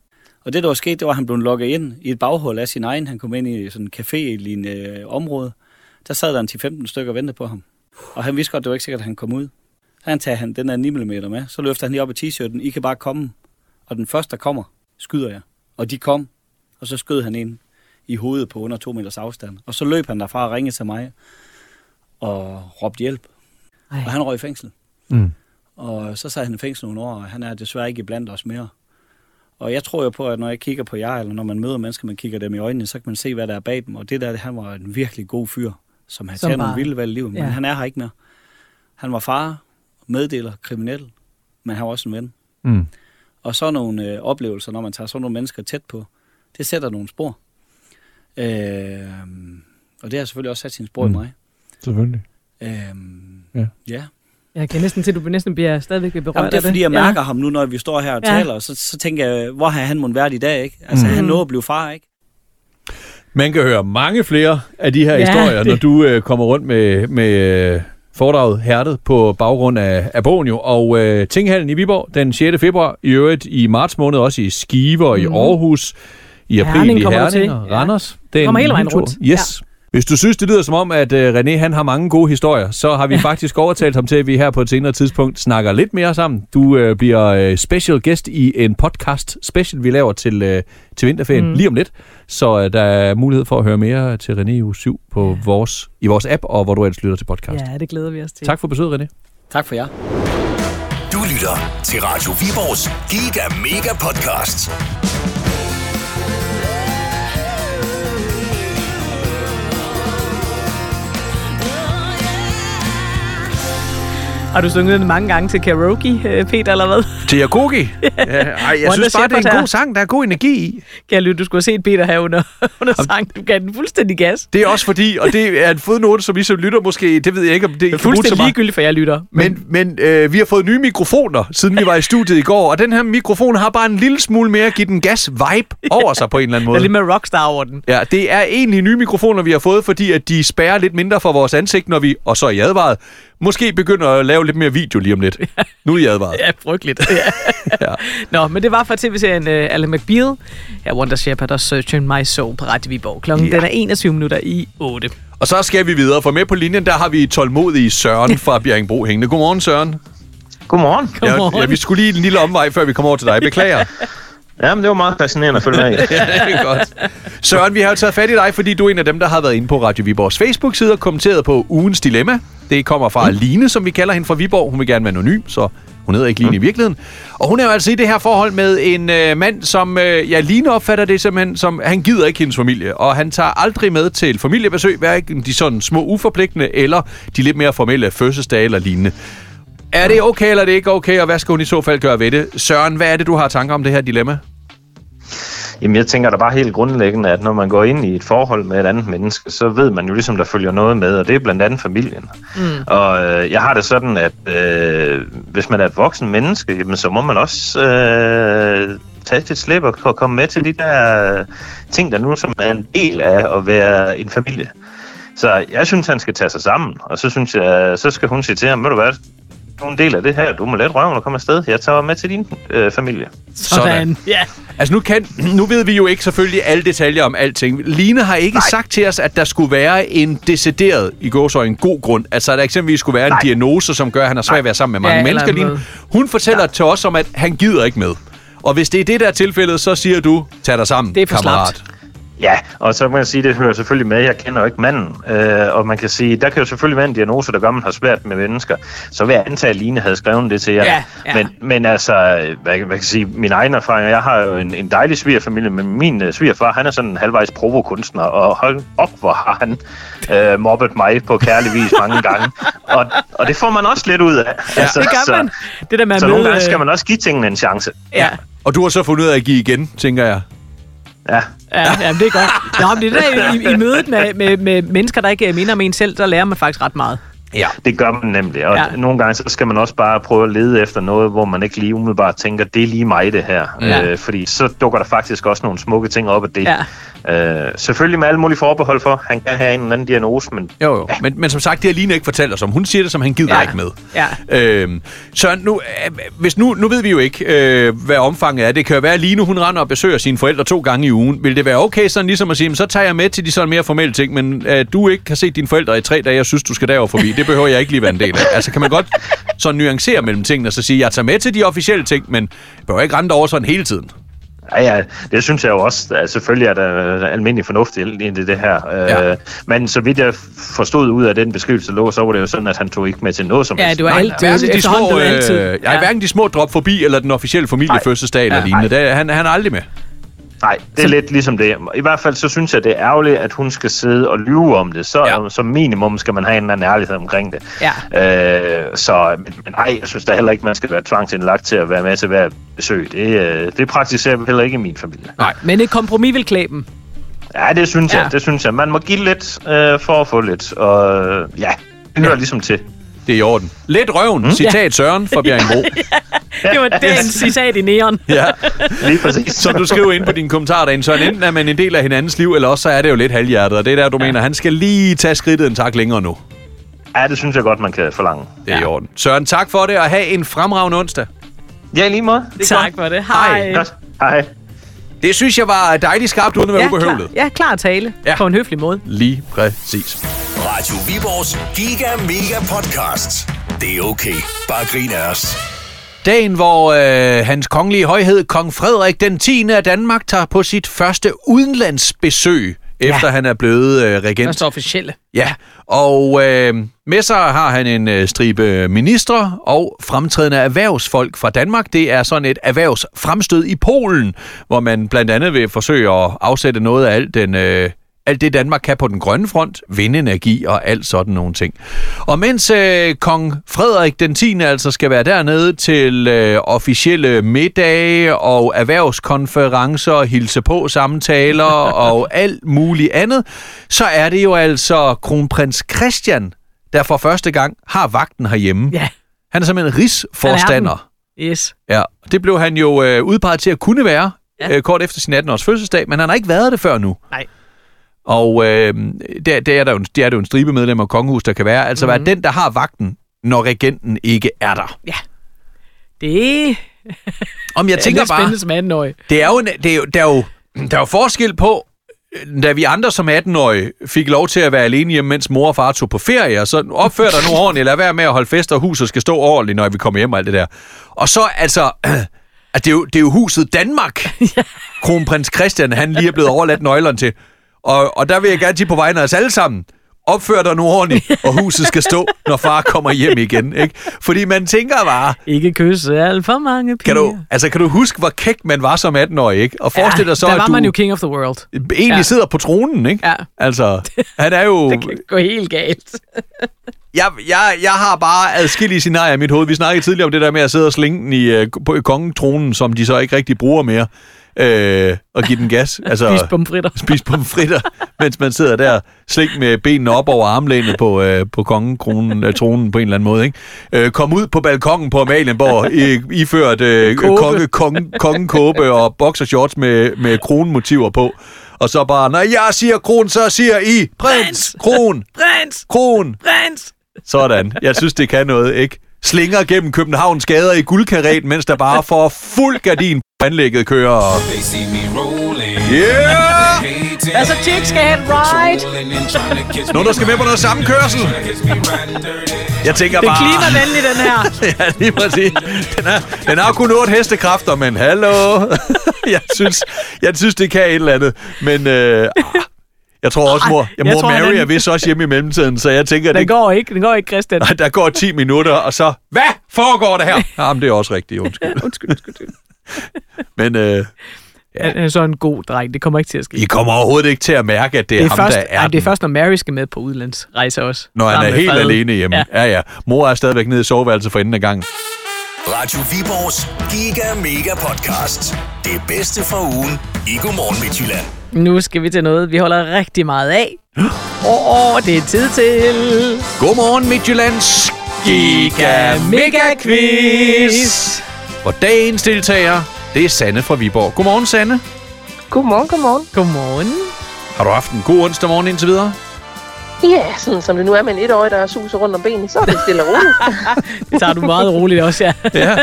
[SPEAKER 7] Og det, der var sket, det var, at han blev lukket ind i et baghul af sin egen. Han kom ind i sådan en café-lignende øh, område. Der sad der en 10-15 stykker og ventede på ham. Og han vidste godt, det var ikke sikkert, at han kom ud. Han tager han den der 9 mm med, så løfter han lige op i t-shirten, I kan bare komme. Og den første, der kommer, skyder jeg. Og de kom, og så skød han ind i hovedet på under 2 meters afstand. Og så løb han derfra og ringede til mig og råbte hjælp.
[SPEAKER 4] Ej.
[SPEAKER 7] Og han røg i fængsel.
[SPEAKER 2] Mm.
[SPEAKER 7] Og så sad han i fængsel nogle år, og han er desværre ikke blandt os mere. Og jeg tror jo på, at når jeg kigger på jer, eller når man møder mennesker, man kigger dem i øjnene, så kan man se, hvad der er bag dem. Og det der, han var en virkelig god fyr, som havde
[SPEAKER 4] Som
[SPEAKER 7] taget nogle
[SPEAKER 4] bare-
[SPEAKER 7] vilde valg i livet, men
[SPEAKER 4] Ja.
[SPEAKER 7] ja. han er her ikke mere. Han var far, meddeler, kriminel, men han var også en ven.
[SPEAKER 2] Mm.
[SPEAKER 7] Og så nogle øh, oplevelser, når man tager sådan nogle mennesker tæt på, det sætter nogle spor. Øh, og det har selvfølgelig også sat sine spor mm. i mig.
[SPEAKER 2] Selvfølgelig.
[SPEAKER 7] Øh,
[SPEAKER 2] Ja.
[SPEAKER 7] ja.
[SPEAKER 4] Jeg kan næsten til, at du næsten bliver stadigvæk berørt
[SPEAKER 7] Jamen, det er
[SPEAKER 4] af
[SPEAKER 7] fordi, jeg
[SPEAKER 4] Ja.
[SPEAKER 7] mærker ja. ham nu, når vi står her og
[SPEAKER 4] Ja.
[SPEAKER 7] ja. taler, og så, så tænker jeg, hvor har han mon været i dag, ikke? Altså, mm. han nåede at blive far, ikke?
[SPEAKER 2] Man kan høre mange flere af de her ja,
[SPEAKER 4] Ja,
[SPEAKER 2] historier, det.
[SPEAKER 4] det-
[SPEAKER 2] når du øh, kommer rundt med, med øh, foredraget Hærdet på baggrund af, af bogen jo. Og øh, Tinghallen i Viborg den 6. februar, i øvrigt i marts måned også i Skive og i Aarhus, i april
[SPEAKER 4] Mhm. Herning
[SPEAKER 2] i
[SPEAKER 4] kommer du
[SPEAKER 2] Herning
[SPEAKER 4] til.
[SPEAKER 2] og
[SPEAKER 4] Ja.
[SPEAKER 2] Randers. Det er en
[SPEAKER 4] Kommer hele vejen
[SPEAKER 2] lille tur.
[SPEAKER 4] rundt.
[SPEAKER 2] Yes. Ja. Hvis du synes, det lyder som om, at øh, René han har mange gode historier, så har vi faktisk overtalt ham til, at vi her på et senere tidspunkt snakker lidt mere sammen. Du øh, bliver øh, special guest i en podcast special, vi laver til, øh, til vinterferien mm. lige om lidt. Så øh, der er mulighed for at høre mere til René i uge 7 på vores, i vores app, og hvor du ellers lytter til podcast.
[SPEAKER 4] Ja, det glæder vi os til.
[SPEAKER 2] Tak for besøget, René.
[SPEAKER 7] Tak for jer.
[SPEAKER 1] Du lytter til Radio Viborgs Giga Mega Podcast.
[SPEAKER 4] Har du sunget den mange gange til karaoke, øh, Peter, eller hvad?
[SPEAKER 2] Til Jagogi. ja, ej, jeg
[SPEAKER 4] Wonder
[SPEAKER 2] synes bare, det er en
[SPEAKER 4] Shepherd
[SPEAKER 2] god
[SPEAKER 4] her.
[SPEAKER 2] sang. Der er god energi i.
[SPEAKER 4] Kan jeg lytte, du skulle have set Peter her under, under sang. Du gav den fuldstændig gas.
[SPEAKER 2] Det er også fordi, og det er en fodnote, som I som lytter måske, det ved jeg ikke, om det er
[SPEAKER 4] Fuldstændig ligegyldigt, for jeg lytter.
[SPEAKER 2] Men, men øh, vi har fået nye mikrofoner, siden vi var i studiet i går, og den her mikrofon har bare en lille smule mere at give den gas-vibe over sig på en eller anden
[SPEAKER 4] Der er lidt
[SPEAKER 2] måde.
[SPEAKER 4] mere rockstar over den.
[SPEAKER 2] Ja, det er egentlig nye mikrofoner, vi har fået, fordi at de spærrer lidt mindre for vores ansigt, når vi, og så er I advaret, måske begynder at lave lidt mere video lige om lidt. Nu er I advaret.
[SPEAKER 4] Ja, frygteligt. Ja.
[SPEAKER 2] Ja.
[SPEAKER 4] Nå, men det var fra tv-serien uh, Alan McBeal. Her er Wonder Shepard og Searching My Soul på Radio Viborg. Klokken
[SPEAKER 2] Ja.
[SPEAKER 4] ja. den er 21 minutter i 8.
[SPEAKER 2] Og så skal vi videre, for med på linjen, der har vi tålmodige Søren fra Bjerringbro hængende. Godmorgen, Søren.
[SPEAKER 8] Godmorgen.
[SPEAKER 2] Ja,
[SPEAKER 4] Godmorgen.
[SPEAKER 2] ja, vi skulle lige en lille omvej, før vi kommer over til dig. Beklager.
[SPEAKER 8] Jamen, det var meget fascinerende at følge med i.
[SPEAKER 2] Ja, det er godt. Søren, vi har jo taget fat i dig, fordi du er en af dem, der har været inde på Radio Viborgs Facebook-side og kommenteret på ugens dilemma. Det kommer fra mm. Line, som vi kalder hende fra Viborg. Hun vil gerne være anonym, så hun hedder ikke Line mm. i virkeligheden. Og hun er jo altså i det her forhold med en øh, mand, som øh, ja, Line opfatter det simpelthen som, han gider ikke hendes familie, og han tager aldrig med til familiebesøg, hverken de sådan små uforpligtende, eller de lidt mere formelle fødselsdage eller lignende. Er det okay, eller er det ikke okay, og hvad skal hun i så fald gøre ved det? Søren, hvad er det, du har tanker om det her dilemma?
[SPEAKER 8] Jamen, jeg tænker da bare helt grundlæggende, at når man går ind i et forhold med et andet menneske, så ved man jo ligesom, der følger noget med, og det er blandt andet familien. Mm. Og øh, jeg har det sådan, at øh, hvis man er et voksen menneske, jamen, så må man også øh, tage sit slip og ko- komme med til de der øh, ting, der nu som er en del af at være en familie. Så jeg synes, han skal tage sig sammen, og så synes jeg, så skal hun sige til ham, ved du hvad, du er en del af det her, du må let røven og komme afsted, jeg tager med til din øh, familie.
[SPEAKER 2] Sådan.
[SPEAKER 4] Ja.
[SPEAKER 2] Altså nu, kan, nu ved vi jo ikke selvfølgelig alle detaljer om alting. Line har ikke Nej. sagt til os, at der skulle være en decideret, i går så en god grund. Altså at der eksempelvis skulle være Nej. en diagnose, som gør, at han har svært ved at være sammen med mange
[SPEAKER 4] Ja,
[SPEAKER 2] ja,
[SPEAKER 4] eller
[SPEAKER 2] mennesker. Line. Hun fortæller ja. til os om, at han gider ikke med. Og hvis det er det, der er tilfældet, så siger du, tag dig sammen,
[SPEAKER 4] Det er for
[SPEAKER 2] kammerat.
[SPEAKER 4] slapt.
[SPEAKER 8] Ja, og så må jeg sige, det hører selvfølgelig med. Jeg kender jo ikke manden. Øh, og man kan sige, der kan jo selvfølgelig være en diagnose, der gør, at man har svært med mennesker. Så vil jeg antage, at Line havde skrevet det til jer.
[SPEAKER 4] Ja, ja.
[SPEAKER 8] Men, men altså, hvad, hvad kan jeg sige, min egen erfaring, og jeg har jo en, en dejlig svigerfamilie, men min øh, svigerfar, han er sådan en halvvejs provokunstner, og hold op, hvor har han øh, mobbet mig på kærlig vis mange gange. Og, og det får man også lidt ud af. Ja, altså,
[SPEAKER 4] Det gør man.
[SPEAKER 8] Så,
[SPEAKER 4] Det der med at
[SPEAKER 8] så
[SPEAKER 4] møde,
[SPEAKER 8] nogle gange skal
[SPEAKER 4] øh,
[SPEAKER 8] man også give tingene en chance.
[SPEAKER 4] Ja,
[SPEAKER 2] Og du har så fundet ud af at give igen, tænker jeg.
[SPEAKER 8] Ja.
[SPEAKER 4] ja, ja men det er godt. Nå, men det der i, i mødet med, med, med mennesker, der ikke øh, minder om en selv, der lærer man faktisk ret meget.
[SPEAKER 2] Ja.
[SPEAKER 8] Det gør man nemlig, og
[SPEAKER 4] Ja.
[SPEAKER 8] ja. nogle gange så skal man også bare prøve at lede efter noget, hvor man ikke lige umiddelbart tænker, det er lige mig det her.
[SPEAKER 4] Ja.
[SPEAKER 8] Ja. Øh, fordi så dukker der faktisk også nogle smukke ting op af det.
[SPEAKER 4] Ja.
[SPEAKER 8] Øh, selvfølgelig med alle mulige forbehold for, han kan have en eller anden diagnose, men
[SPEAKER 2] Jo, jo. Men, men som sagt, det har Line ikke fortalt os om. Hun siger det, som han gider
[SPEAKER 4] Ja.
[SPEAKER 2] ja. ikke med.
[SPEAKER 4] Ja.
[SPEAKER 2] Øhm, Søren, nu, øh, hvis nu, nu ved vi jo ikke, øh, hvad omfanget er. Det kan jo være, at Line hun render og besøger sine forældre to gange i ugen. Vil det være okay sådan ligesom at sige, "Men så tager jeg med til de sådan mere formelle ting, men øh, du ikke har set dine forældre i tre dage, jeg synes, du skal derover forbi. Det behøver jeg ikke lige være en del af. Altså kan man godt sådan nuancere mellem tingene og så sige, jeg tager med til de officielle ting, men jeg behøver ikke rende over sådan hele tiden.
[SPEAKER 8] Ja, ja, det synes jeg jo også. Ja, selvfølgelig er der øh, almindelig fornuft i i det, det her.
[SPEAKER 2] Ja.
[SPEAKER 8] Ja. Øh, men så vidt jeg forstod ud af den beskrivelse, der lå, så var det jo sådan, at han tog ikke med til noget som
[SPEAKER 4] Ja,
[SPEAKER 8] helst.
[SPEAKER 4] det var alt. Det
[SPEAKER 2] Hverken de, små, øh,
[SPEAKER 4] altid.
[SPEAKER 2] ja. hverken de små drop forbi, eller den officielle familiefødselsdag eller lignende. Der, han, han er aldrig med.
[SPEAKER 8] Nej, det er lidt ligesom det. I hvert fald så synes jeg, det er ærgerligt, at hun skal sidde og lyve om det. Så
[SPEAKER 2] Ja.
[SPEAKER 8] ja. som minimum skal man have en eller anden ærlighed omkring det.
[SPEAKER 4] Ja.
[SPEAKER 8] Øh, så, men, men nej, jeg synes da heller ikke, man skal være tvangsindlagt til at være med til hver besøg. Det, øh, det praktiserer vi heller ikke i min familie.
[SPEAKER 4] Men et kompromis vil klæde dem.
[SPEAKER 8] Ja, det synes
[SPEAKER 4] Ja.
[SPEAKER 8] ja. jeg. Det synes jeg. Man må give lidt øh, for at få lidt. Og øh, ja, det hører ja. ligesom til.
[SPEAKER 2] Det er i orden. Lidt røven, mm. citat Søren fra Bjerringbro.
[SPEAKER 4] Det var det en citat i neon.
[SPEAKER 2] ja.
[SPEAKER 8] Lige præcis.
[SPEAKER 2] Som du skriver ind på dine kommentarer derinde, Søren, enten er man en del af hinandens liv, eller også så er det jo lidt halvhjertet. Og det er der, du mener, han skal lige tage skridtet en tak længere nu.
[SPEAKER 8] Ja, det synes jeg godt, man kan forlange.
[SPEAKER 2] Det er i orden. Søren, tak for det, og have en fremragende onsdag.
[SPEAKER 8] Ja, i lige måde. Det
[SPEAKER 4] Tak for det. Hej.
[SPEAKER 8] er godt. Hej.
[SPEAKER 2] Det synes jeg var dejligt skarpt, uden at være
[SPEAKER 4] Ja,
[SPEAKER 2] ja, ubehøvlet.
[SPEAKER 4] klar, ja, klar tale.
[SPEAKER 2] Ja.
[SPEAKER 4] Ja. På en høflig måde.
[SPEAKER 2] Lige præcis.
[SPEAKER 1] Radio Viborgs Giga Mega Podcast. Det er okay. Bare grin af os.
[SPEAKER 2] Dagen, hvor øh, hans kongelige højhed, kong Frederik den 10. af Danmark, tager på sit første udenlandsbesøg, ja. efter han er blevet øh, regent.
[SPEAKER 4] Første officielle.
[SPEAKER 2] Ja, og øh, med sig har han en øh, stribe ministre og fremtrædende erhvervsfolk fra Danmark. Det er sådan et erhvervsfremstød i Polen, hvor man blandt andet vil forsøge at afsætte noget af alt, den, øh, alt det, Danmark kan på den grønne front, vindenergi og alt sådan nogle ting. Og mens øh, kong Frederik den 10. altså skal være dernede til øh, officielle middage og erhvervskonferencer, og hilse på samtaler og alt muligt andet, så er det jo altså kronprins Christian, der for første gang har vagten herhjemme.
[SPEAKER 4] Ja.
[SPEAKER 2] Han er simpelthen rigsforstander.
[SPEAKER 4] Yes.
[SPEAKER 2] Ja, og det blev han jo øh, udpeget til at kunne være ja.
[SPEAKER 4] Ja.
[SPEAKER 2] øh, kort efter sin 18-års fødselsdag, men han har ikke været det før nu.
[SPEAKER 4] Nej.
[SPEAKER 2] Og øh, der, der, er der, jo en, der er det jo en stribe medlemmer af kongehus, der kan være. Altså
[SPEAKER 4] Mhm.
[SPEAKER 2] mm-hmm. være den, der har vagten, når regenten ikke er der.
[SPEAKER 4] Det
[SPEAKER 2] Om jeg
[SPEAKER 4] er
[SPEAKER 2] tænker
[SPEAKER 4] lidt
[SPEAKER 2] bare,
[SPEAKER 4] spændende som 18-årig.
[SPEAKER 2] det er jo, en, det er jo, der, er jo, der er jo forskel på, øh, da vi andre som 18-årige fik lov til at være alene hjemme, mens mor og far tog på ferie, og så opfør dig nu ordentligt, lad være med at holde fester, og huset skal stå ordentligt, når vi kommer hjem og alt det der. Og så altså, at det er jo, det er jo huset Danmark, kronprins Christian, han lige er blevet overladt nøglerne til. Og, og der vil jeg gerne sige på vegne af os alle sammen, opfør dig nu ordentligt, og huset skal stå, når far kommer hjem igen. Ikke? Fordi man tænker bare,
[SPEAKER 4] Ikke kysse alt for mange piger.
[SPEAKER 2] kan du, altså, kan du huske, hvor kæk man var som 18-årig, ikke? Og forestil dig så,
[SPEAKER 4] der
[SPEAKER 2] at
[SPEAKER 4] var
[SPEAKER 2] du
[SPEAKER 4] man jo king of the world.
[SPEAKER 2] egentlig
[SPEAKER 4] Ja.
[SPEAKER 2] sidder på tronen, ikke?
[SPEAKER 4] Ja.
[SPEAKER 2] Altså, han er jo...
[SPEAKER 4] Det kan gå helt galt.
[SPEAKER 2] Jeg, jeg, jeg har bare adskillige scenarier i mit hoved. Vi snakkede tidligere om det der med at sidde og slinge den i, øh, på, i kongetronen, som de så ikke rigtig bruger mere, øh, og give den gas. Altså,
[SPEAKER 4] Spis pomfritter.
[SPEAKER 2] spise pomfritter, mens man sidder der slik med benene op over armlænet på, øh, på kongekronen, øh, tronen på en eller anden måde. Ikke? Øh, kom ud på balkongen på Amalienborg, i, iført øh,
[SPEAKER 4] Kåbe.
[SPEAKER 2] konge, konge, kongekåbe og boxershorts med, med kronmotiver på. Og så bare, når jeg siger kron, så siger I prins, kron,
[SPEAKER 4] Prins!
[SPEAKER 2] kron.
[SPEAKER 4] Prins!
[SPEAKER 2] Sådan. Jeg synes, det kan noget, ikke? Slinger gennem Københavns gader i guldkaret, mens der bare for fuld gardin på anlægget kører. Yeah!
[SPEAKER 4] Altså, chicks skal have et ride.
[SPEAKER 2] Nogen, der skal med på noget sammenkørsel. Jeg tænker
[SPEAKER 4] Det er
[SPEAKER 2] bare...
[SPEAKER 4] klimavenlig, den her.
[SPEAKER 2] ja, lige præcis. Den er, den har kun otte hestekræfter, men hallo. jeg, synes, jeg synes, det kan et eller andet. Men øh, ah, jeg tror også, mor, jeg,
[SPEAKER 4] jeg
[SPEAKER 2] mor
[SPEAKER 4] tror,
[SPEAKER 2] Mary
[SPEAKER 4] den-
[SPEAKER 2] er vist også hjemme i mellemtiden, så jeg tænker,
[SPEAKER 4] Den
[SPEAKER 2] det,
[SPEAKER 4] går ikke, den går ikke, Christian.
[SPEAKER 2] Nej, der går 10 minutter, og så, hvad foregår der her? Jamen, det er også rigtigt, undskyld.
[SPEAKER 4] Undskyld, undskyld.
[SPEAKER 2] Men øh,
[SPEAKER 4] Han er så en god dreng. Det kommer ikke til at ske.
[SPEAKER 2] I kommer overhovedet ikke til at mærke, at det er,
[SPEAKER 4] Det er,
[SPEAKER 2] ham,
[SPEAKER 4] først,
[SPEAKER 2] der er
[SPEAKER 4] ej, det er
[SPEAKER 2] den,
[SPEAKER 4] først, når Mary skal med på udlandsrejse også.
[SPEAKER 2] når han
[SPEAKER 4] Sammen
[SPEAKER 2] er
[SPEAKER 4] med
[SPEAKER 2] helt
[SPEAKER 4] Frede.
[SPEAKER 2] alene hjemme.
[SPEAKER 4] Ja.
[SPEAKER 2] Ja. ja, ja. Mor er stadigvæk nede i soveværelset for enden af gangen.
[SPEAKER 1] Radio Viborgs Giga Mega Podcast. Det bedste fra ugen i Godmorgen Midtjylland.
[SPEAKER 4] Nu skal vi til noget, vi holder rigtig meget af. Åh, oh, det er tid til...
[SPEAKER 2] Godmorgen, Midtjyllands Giga Mega Quiz! Og dagens deltager, det er Sanne fra Viborg. Godmorgen, Sanne.
[SPEAKER 6] Godmorgen, godmorgen.
[SPEAKER 4] Godmorgen.
[SPEAKER 2] Har du haft en god onsdag morgen indtil videre?
[SPEAKER 6] Ja, sådan som det nu er med en etårig, der suser rundt om benene, så er det stille og roligt.
[SPEAKER 4] Det tager du meget roligt også, ja.
[SPEAKER 2] Ja.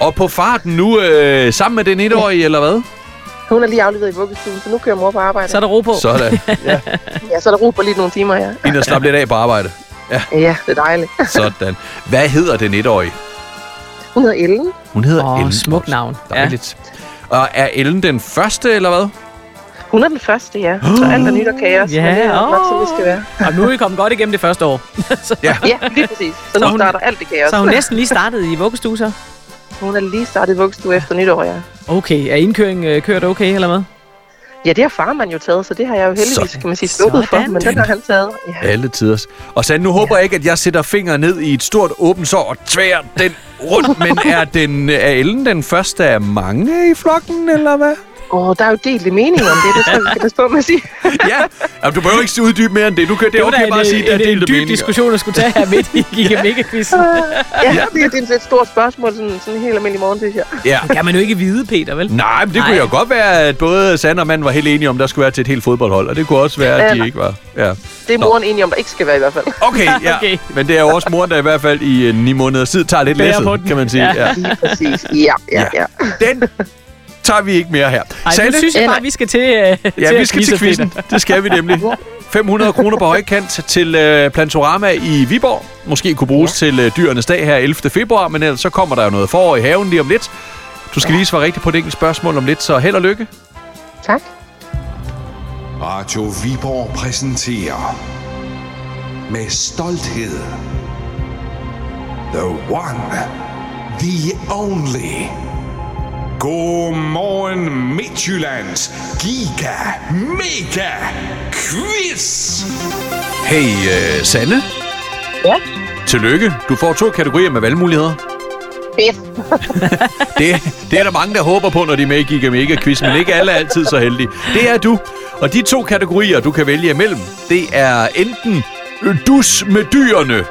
[SPEAKER 2] Og på farten nu, øh, sammen med den etårige, eller hvad?
[SPEAKER 6] Hun er lige afleveret i vuggestuen, så nu kører mor på arbejde.
[SPEAKER 4] Så er der ro på.
[SPEAKER 2] Sådan.
[SPEAKER 6] Ja, så er der ro på lige nogle timer, ja.
[SPEAKER 2] Ind og slappe lidt af på arbejde.
[SPEAKER 6] Ja, det er dejligt.
[SPEAKER 2] Sådan. Hvad hedder den etårige?
[SPEAKER 6] Hun hedder Ellen.
[SPEAKER 2] Hun hedder
[SPEAKER 4] Åh,
[SPEAKER 2] Ellen.
[SPEAKER 4] smukt navn.
[SPEAKER 2] Dejligt. Ja. Og er Ellen den første, eller hvad?
[SPEAKER 6] Hun er den første, ja. Så alt er nyt og kaos.
[SPEAKER 4] Ja,
[SPEAKER 6] men det er
[SPEAKER 4] åh.
[SPEAKER 6] nok, som det skal være.
[SPEAKER 4] Og nu er vi kommet godt igennem det første år. så,
[SPEAKER 6] Ja, lige præcis. Så,
[SPEAKER 4] Så
[SPEAKER 6] nu
[SPEAKER 4] hun-
[SPEAKER 6] starter alt det kaos.
[SPEAKER 4] så er hun næsten lige startet i vuggestue, så.
[SPEAKER 6] Hun er lige startet i vuggestue efter nytår, ja.
[SPEAKER 4] Okay, er indkøringen øh, kørt okay, eller hvad?
[SPEAKER 6] Ja, det har farmand jo taget, så det har jeg jo heldigvis,
[SPEAKER 2] Sådan.
[SPEAKER 6] kan man sige, slukket for.
[SPEAKER 4] Sådan.
[SPEAKER 6] Men den har han taget. Ja.
[SPEAKER 2] Alle tiders. Og så nu håber jeg ikke, at jeg sætter fingeren ned i et stort åbent sår og tværer den rundt, men er, den, er Ellen den første af mange i flokken, eller hvad?
[SPEAKER 6] Åh, der er jo delte mening om det, det tror jeg, vi skal passe på med at sige.
[SPEAKER 2] Ja, Jamen, du behøver ikke uddybe mere end det. Du kan, det er
[SPEAKER 4] var da
[SPEAKER 2] okay bare at sige, at der er
[SPEAKER 4] en, en, en
[SPEAKER 2] delte
[SPEAKER 4] dyb
[SPEAKER 2] meninger.
[SPEAKER 4] diskussion, at skulle tage her midt i Giga Mega-quizzen.
[SPEAKER 6] Ja, det, er- det er et lidt stort spørgsmål, sådan, sådan en helt almindelig morgen, synes jeg.
[SPEAKER 2] Ja.
[SPEAKER 4] Kan man jo ikke vide, Peter, vel?
[SPEAKER 2] Nej, men det kunne
[SPEAKER 4] Nej.
[SPEAKER 2] jo godt være, at både Sand og mand var helt enige om, der skulle være til et helt fodboldhold, og det kunne også være, at de
[SPEAKER 6] Ja.
[SPEAKER 2] ikke var. Ja.
[SPEAKER 6] Det er
[SPEAKER 2] Nå.
[SPEAKER 6] moren enig om, der ikke skal være i hvert fald.
[SPEAKER 2] Okay, ja.
[SPEAKER 4] Okay.
[SPEAKER 2] Men det er jo også moren, der i hvert fald i øh, ni måneder tid tager lidt
[SPEAKER 4] Bærer på
[SPEAKER 2] læsset,
[SPEAKER 4] den.
[SPEAKER 2] kan man sige. Ja.
[SPEAKER 6] Lige præcis. Ja, ja, ja.
[SPEAKER 2] Den tager vi ikke mere her.
[SPEAKER 4] Ej, nu
[SPEAKER 2] Sanne?
[SPEAKER 4] synes jeg
[SPEAKER 6] Ja,
[SPEAKER 4] bare,
[SPEAKER 6] nej.
[SPEAKER 4] vi skal til, øh, til
[SPEAKER 2] Ja, vi
[SPEAKER 4] at
[SPEAKER 2] skal til
[SPEAKER 4] quizze,
[SPEAKER 2] quizzen.
[SPEAKER 4] Peter.
[SPEAKER 2] Det skal vi nemlig. 500 kroner på højkant til øh, Plantorama i Viborg. Måske kunne bruges til øh, dyrenes dag her 11. februar, men ellers så kommer der jo noget forår i haven lige om lidt. Du skal lige svare rigtigt på et enkelt spørgsmål om lidt, så held og lykke.
[SPEAKER 6] Tak.
[SPEAKER 9] Radio Viborg præsenterer med stolthed The One, The Only. Godmorgen Midtjyllands Giga Mega Quiz.
[SPEAKER 2] Hey, øh, Sanne. Ja? Tillykke. Du får to kategorier med valgmuligheder.
[SPEAKER 6] Fedt.
[SPEAKER 2] Det, det er der mange, der håber på, når de er med i Giga Mega Quiz, men ikke alle er altid så heldige. Det er du. Og de to kategorier, du kan vælge imellem, det er enten øh, dus med dyrene,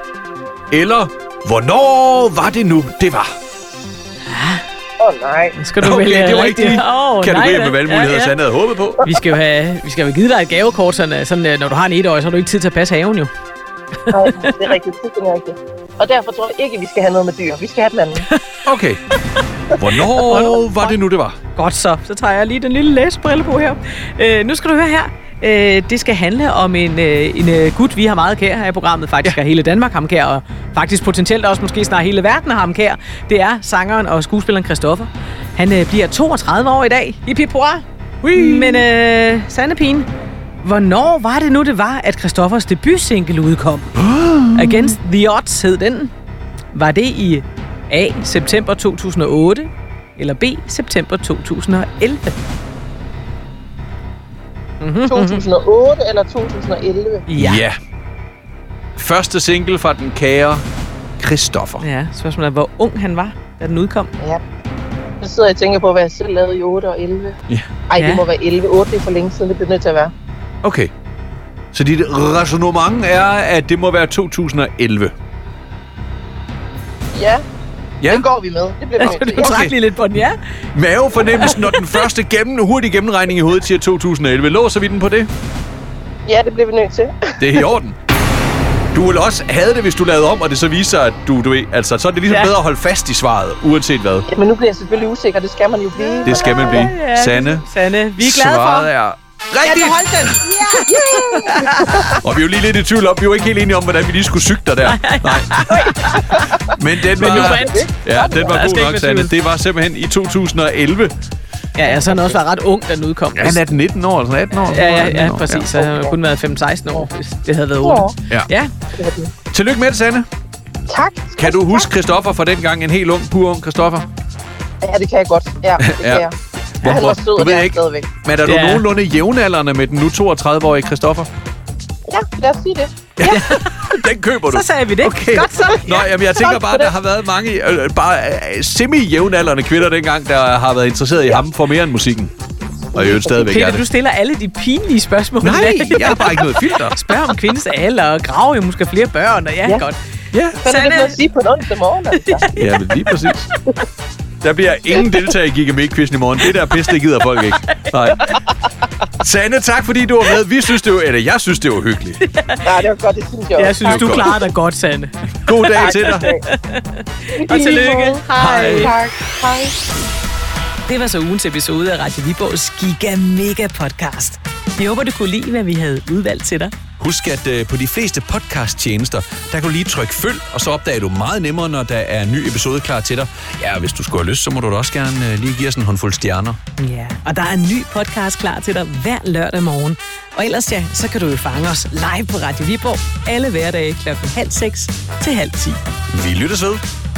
[SPEAKER 2] eller hvornår var det nu, det var.
[SPEAKER 6] Åh, oh, nej.
[SPEAKER 4] Skal du vælge
[SPEAKER 2] Okay, det var ikke
[SPEAKER 4] rigtigt?
[SPEAKER 2] de
[SPEAKER 4] Åh,
[SPEAKER 2] kategorier
[SPEAKER 4] nej,
[SPEAKER 2] med
[SPEAKER 4] da.
[SPEAKER 2] valgmuligheder, ja, ja. Sande havde håbet på.
[SPEAKER 4] Vi skal jo have, vi skal jo give dig et gavekort, sådan, øh, sådan, øh, når du har en etårig, så har du ikke tid til at passe haven jo.
[SPEAKER 6] Nej, det er rigtigt. Det er rigtigt. Og derfor tror jeg ikke, vi skal have noget med dyr. Vi skal have den anden.
[SPEAKER 2] Okay. Hvornår var det nu, det var?
[SPEAKER 4] Godt så. Så tager jeg lige den lille læsebrille på her. Øh, nu skal du høre her. Øh, det skal handle om en, øh, en øh, gut, vi har meget kær her i programmet. Faktisk ja. er hele Danmark ham kær, og faktisk potentielt også måske snart hele verden har ham kær. Det er sangeren og skuespilleren Christoffer. Han øh, bliver 32 år i dag. Hippie hurra! Men øh, sande pigen, hvornår var det nu, det var, at Christoffers debutsingle udkom? Against the Odds hed den. Var det i A. september 2008, eller B. september 2011?
[SPEAKER 6] 2008 eller 2011?
[SPEAKER 2] ja. Første single fra den kære Christoffer.
[SPEAKER 4] Ja, spørgsmålet er, hvor ung han var, da den udkom.
[SPEAKER 6] Ja. Så sidder jeg og tænker på, hvad jeg selv lavede i 8 og 11.
[SPEAKER 2] Ja.
[SPEAKER 6] Ej,
[SPEAKER 4] Ja.
[SPEAKER 6] det må være 11. 8 det er for længe siden, det bliver nødt til at være.
[SPEAKER 2] Okay. Så dit resonemang er, at det må være 2011.
[SPEAKER 6] Ja,
[SPEAKER 2] Ja.
[SPEAKER 6] det går vi med. Altså, Det bliver vi nødt
[SPEAKER 4] Så
[SPEAKER 6] til.
[SPEAKER 4] du
[SPEAKER 6] Ja.
[SPEAKER 4] trak lige lidt på den, ja.
[SPEAKER 2] Mavefornemmelsen og den første gennem, hurtige gennemregning i hovedet siger 2011. Låser vi den på det?
[SPEAKER 6] Ja, det bliver vi nødt til.
[SPEAKER 2] Det er i orden. Du ville også have det, hvis du lavede om, og det så viser sig, at du, du ved, altså, så er det ligesom
[SPEAKER 4] Ja.
[SPEAKER 2] ja. bedre at holde fast i svaret, uanset hvad.
[SPEAKER 6] Men nu bliver jeg selvfølgelig usikker. Det skal man jo blive.
[SPEAKER 2] Det skal man blive.
[SPEAKER 4] ja
[SPEAKER 2] Sande,
[SPEAKER 4] Sande, vi er glade for.
[SPEAKER 2] svaret er rigtigt! Ja, den. og vi er jo lige lidt i tvivl om, vi var ikke helt enige om, hvordan vi lige skulle syge dig der. Nej. Men den var,
[SPEAKER 4] Men nu vandt.
[SPEAKER 2] ja, den var
[SPEAKER 4] Der skal ikke
[SPEAKER 2] god nok,
[SPEAKER 4] være
[SPEAKER 2] Sande.
[SPEAKER 4] tvivl.
[SPEAKER 2] Det var simpelthen i 2011.
[SPEAKER 4] Ja, ja, så har han også var ret ung, da den udkom.
[SPEAKER 2] Han er 19 år, eller sådan 18 år.
[SPEAKER 4] Ja, ja,
[SPEAKER 2] 19
[SPEAKER 4] ja,
[SPEAKER 2] år.
[SPEAKER 4] præcis. Så han har kun været 15-16 år, hvis det havde været
[SPEAKER 6] Ja.
[SPEAKER 4] ung.
[SPEAKER 2] Ja.
[SPEAKER 4] Ja,
[SPEAKER 2] Tillykke med det, Sanne.
[SPEAKER 6] Tak.
[SPEAKER 2] Kan du huske Christoffer fra dengang? En helt ung, pur ung Christoffer?
[SPEAKER 6] Ja, det kan jeg godt. Ja, det
[SPEAKER 2] Ja.
[SPEAKER 6] kan jeg.
[SPEAKER 2] Hvor-
[SPEAKER 6] Han
[SPEAKER 2] hvor-
[SPEAKER 6] var sød,
[SPEAKER 2] du ved
[SPEAKER 6] der
[SPEAKER 2] ikke-
[SPEAKER 6] stadigvæk.
[SPEAKER 2] Men er du
[SPEAKER 4] Ja.
[SPEAKER 2] nogenlunde jævnaldrende med den nu 32-årige Christoffer?
[SPEAKER 6] Ja, lad os sige det.
[SPEAKER 2] Den køber du.
[SPEAKER 4] så sagde vi det.
[SPEAKER 2] Okay.
[SPEAKER 4] Godt så.
[SPEAKER 2] Nå, jamen, jeg tænker bare, at der har været mange øh, bare øh, semi-jævnaldrende kvinder dengang, der har været interesseret i ham for mere end musikken. Og i øvrigt stadigvæk er
[SPEAKER 4] Peter, du
[SPEAKER 2] det.
[SPEAKER 4] stiller alle de pinlige spørgsmål.
[SPEAKER 2] Nej, jeg har bare ikke noget filter.
[SPEAKER 4] Spørg om kvindens alder og grave, jo måske flere børn, og ja,
[SPEAKER 6] Ja.
[SPEAKER 4] godt.
[SPEAKER 2] Ja,
[SPEAKER 6] Så er det
[SPEAKER 4] Sanne-
[SPEAKER 6] lidt noget at sige på en onsdag morgen, altså.
[SPEAKER 2] ja men lige præcis. Der bliver ingen deltager i Giga Make Quizzen i morgen. Det der pis, det gider folk ikke. Nej. Sande, tak fordi du var med. Vi synes det var, eller jeg synes det var hyggeligt.
[SPEAKER 6] Ja, det var godt, det synes jeg også.
[SPEAKER 4] Jeg synes,
[SPEAKER 2] Det er
[SPEAKER 4] du
[SPEAKER 2] godt.
[SPEAKER 4] klarer dig godt, Sande.
[SPEAKER 2] God dag til dig.
[SPEAKER 4] Og tillykke. Hej.
[SPEAKER 6] Tak. Hej.
[SPEAKER 4] Det var så ugens episode af Radio Viborgs Giga Mega Podcast. Vi håber, du kunne lide, hvad vi havde udvalgt til dig.
[SPEAKER 2] Husk, at øh, på de fleste podcast-tjenester, der kan du lige trykke følg, og så opdager du meget nemmere, når der er en ny episode klar til dig. Ja, og hvis du skulle have lyst, så må du da også gerne øh, lige give os en håndfuld stjerner.
[SPEAKER 4] Ja, og der er en ny podcast klar til dig hver lørdag morgen. Og ellers ja, så kan du jo fange os live på Radio Viborg alle hverdage kl. halv seks til halv ti.
[SPEAKER 2] Vi lyttes ved.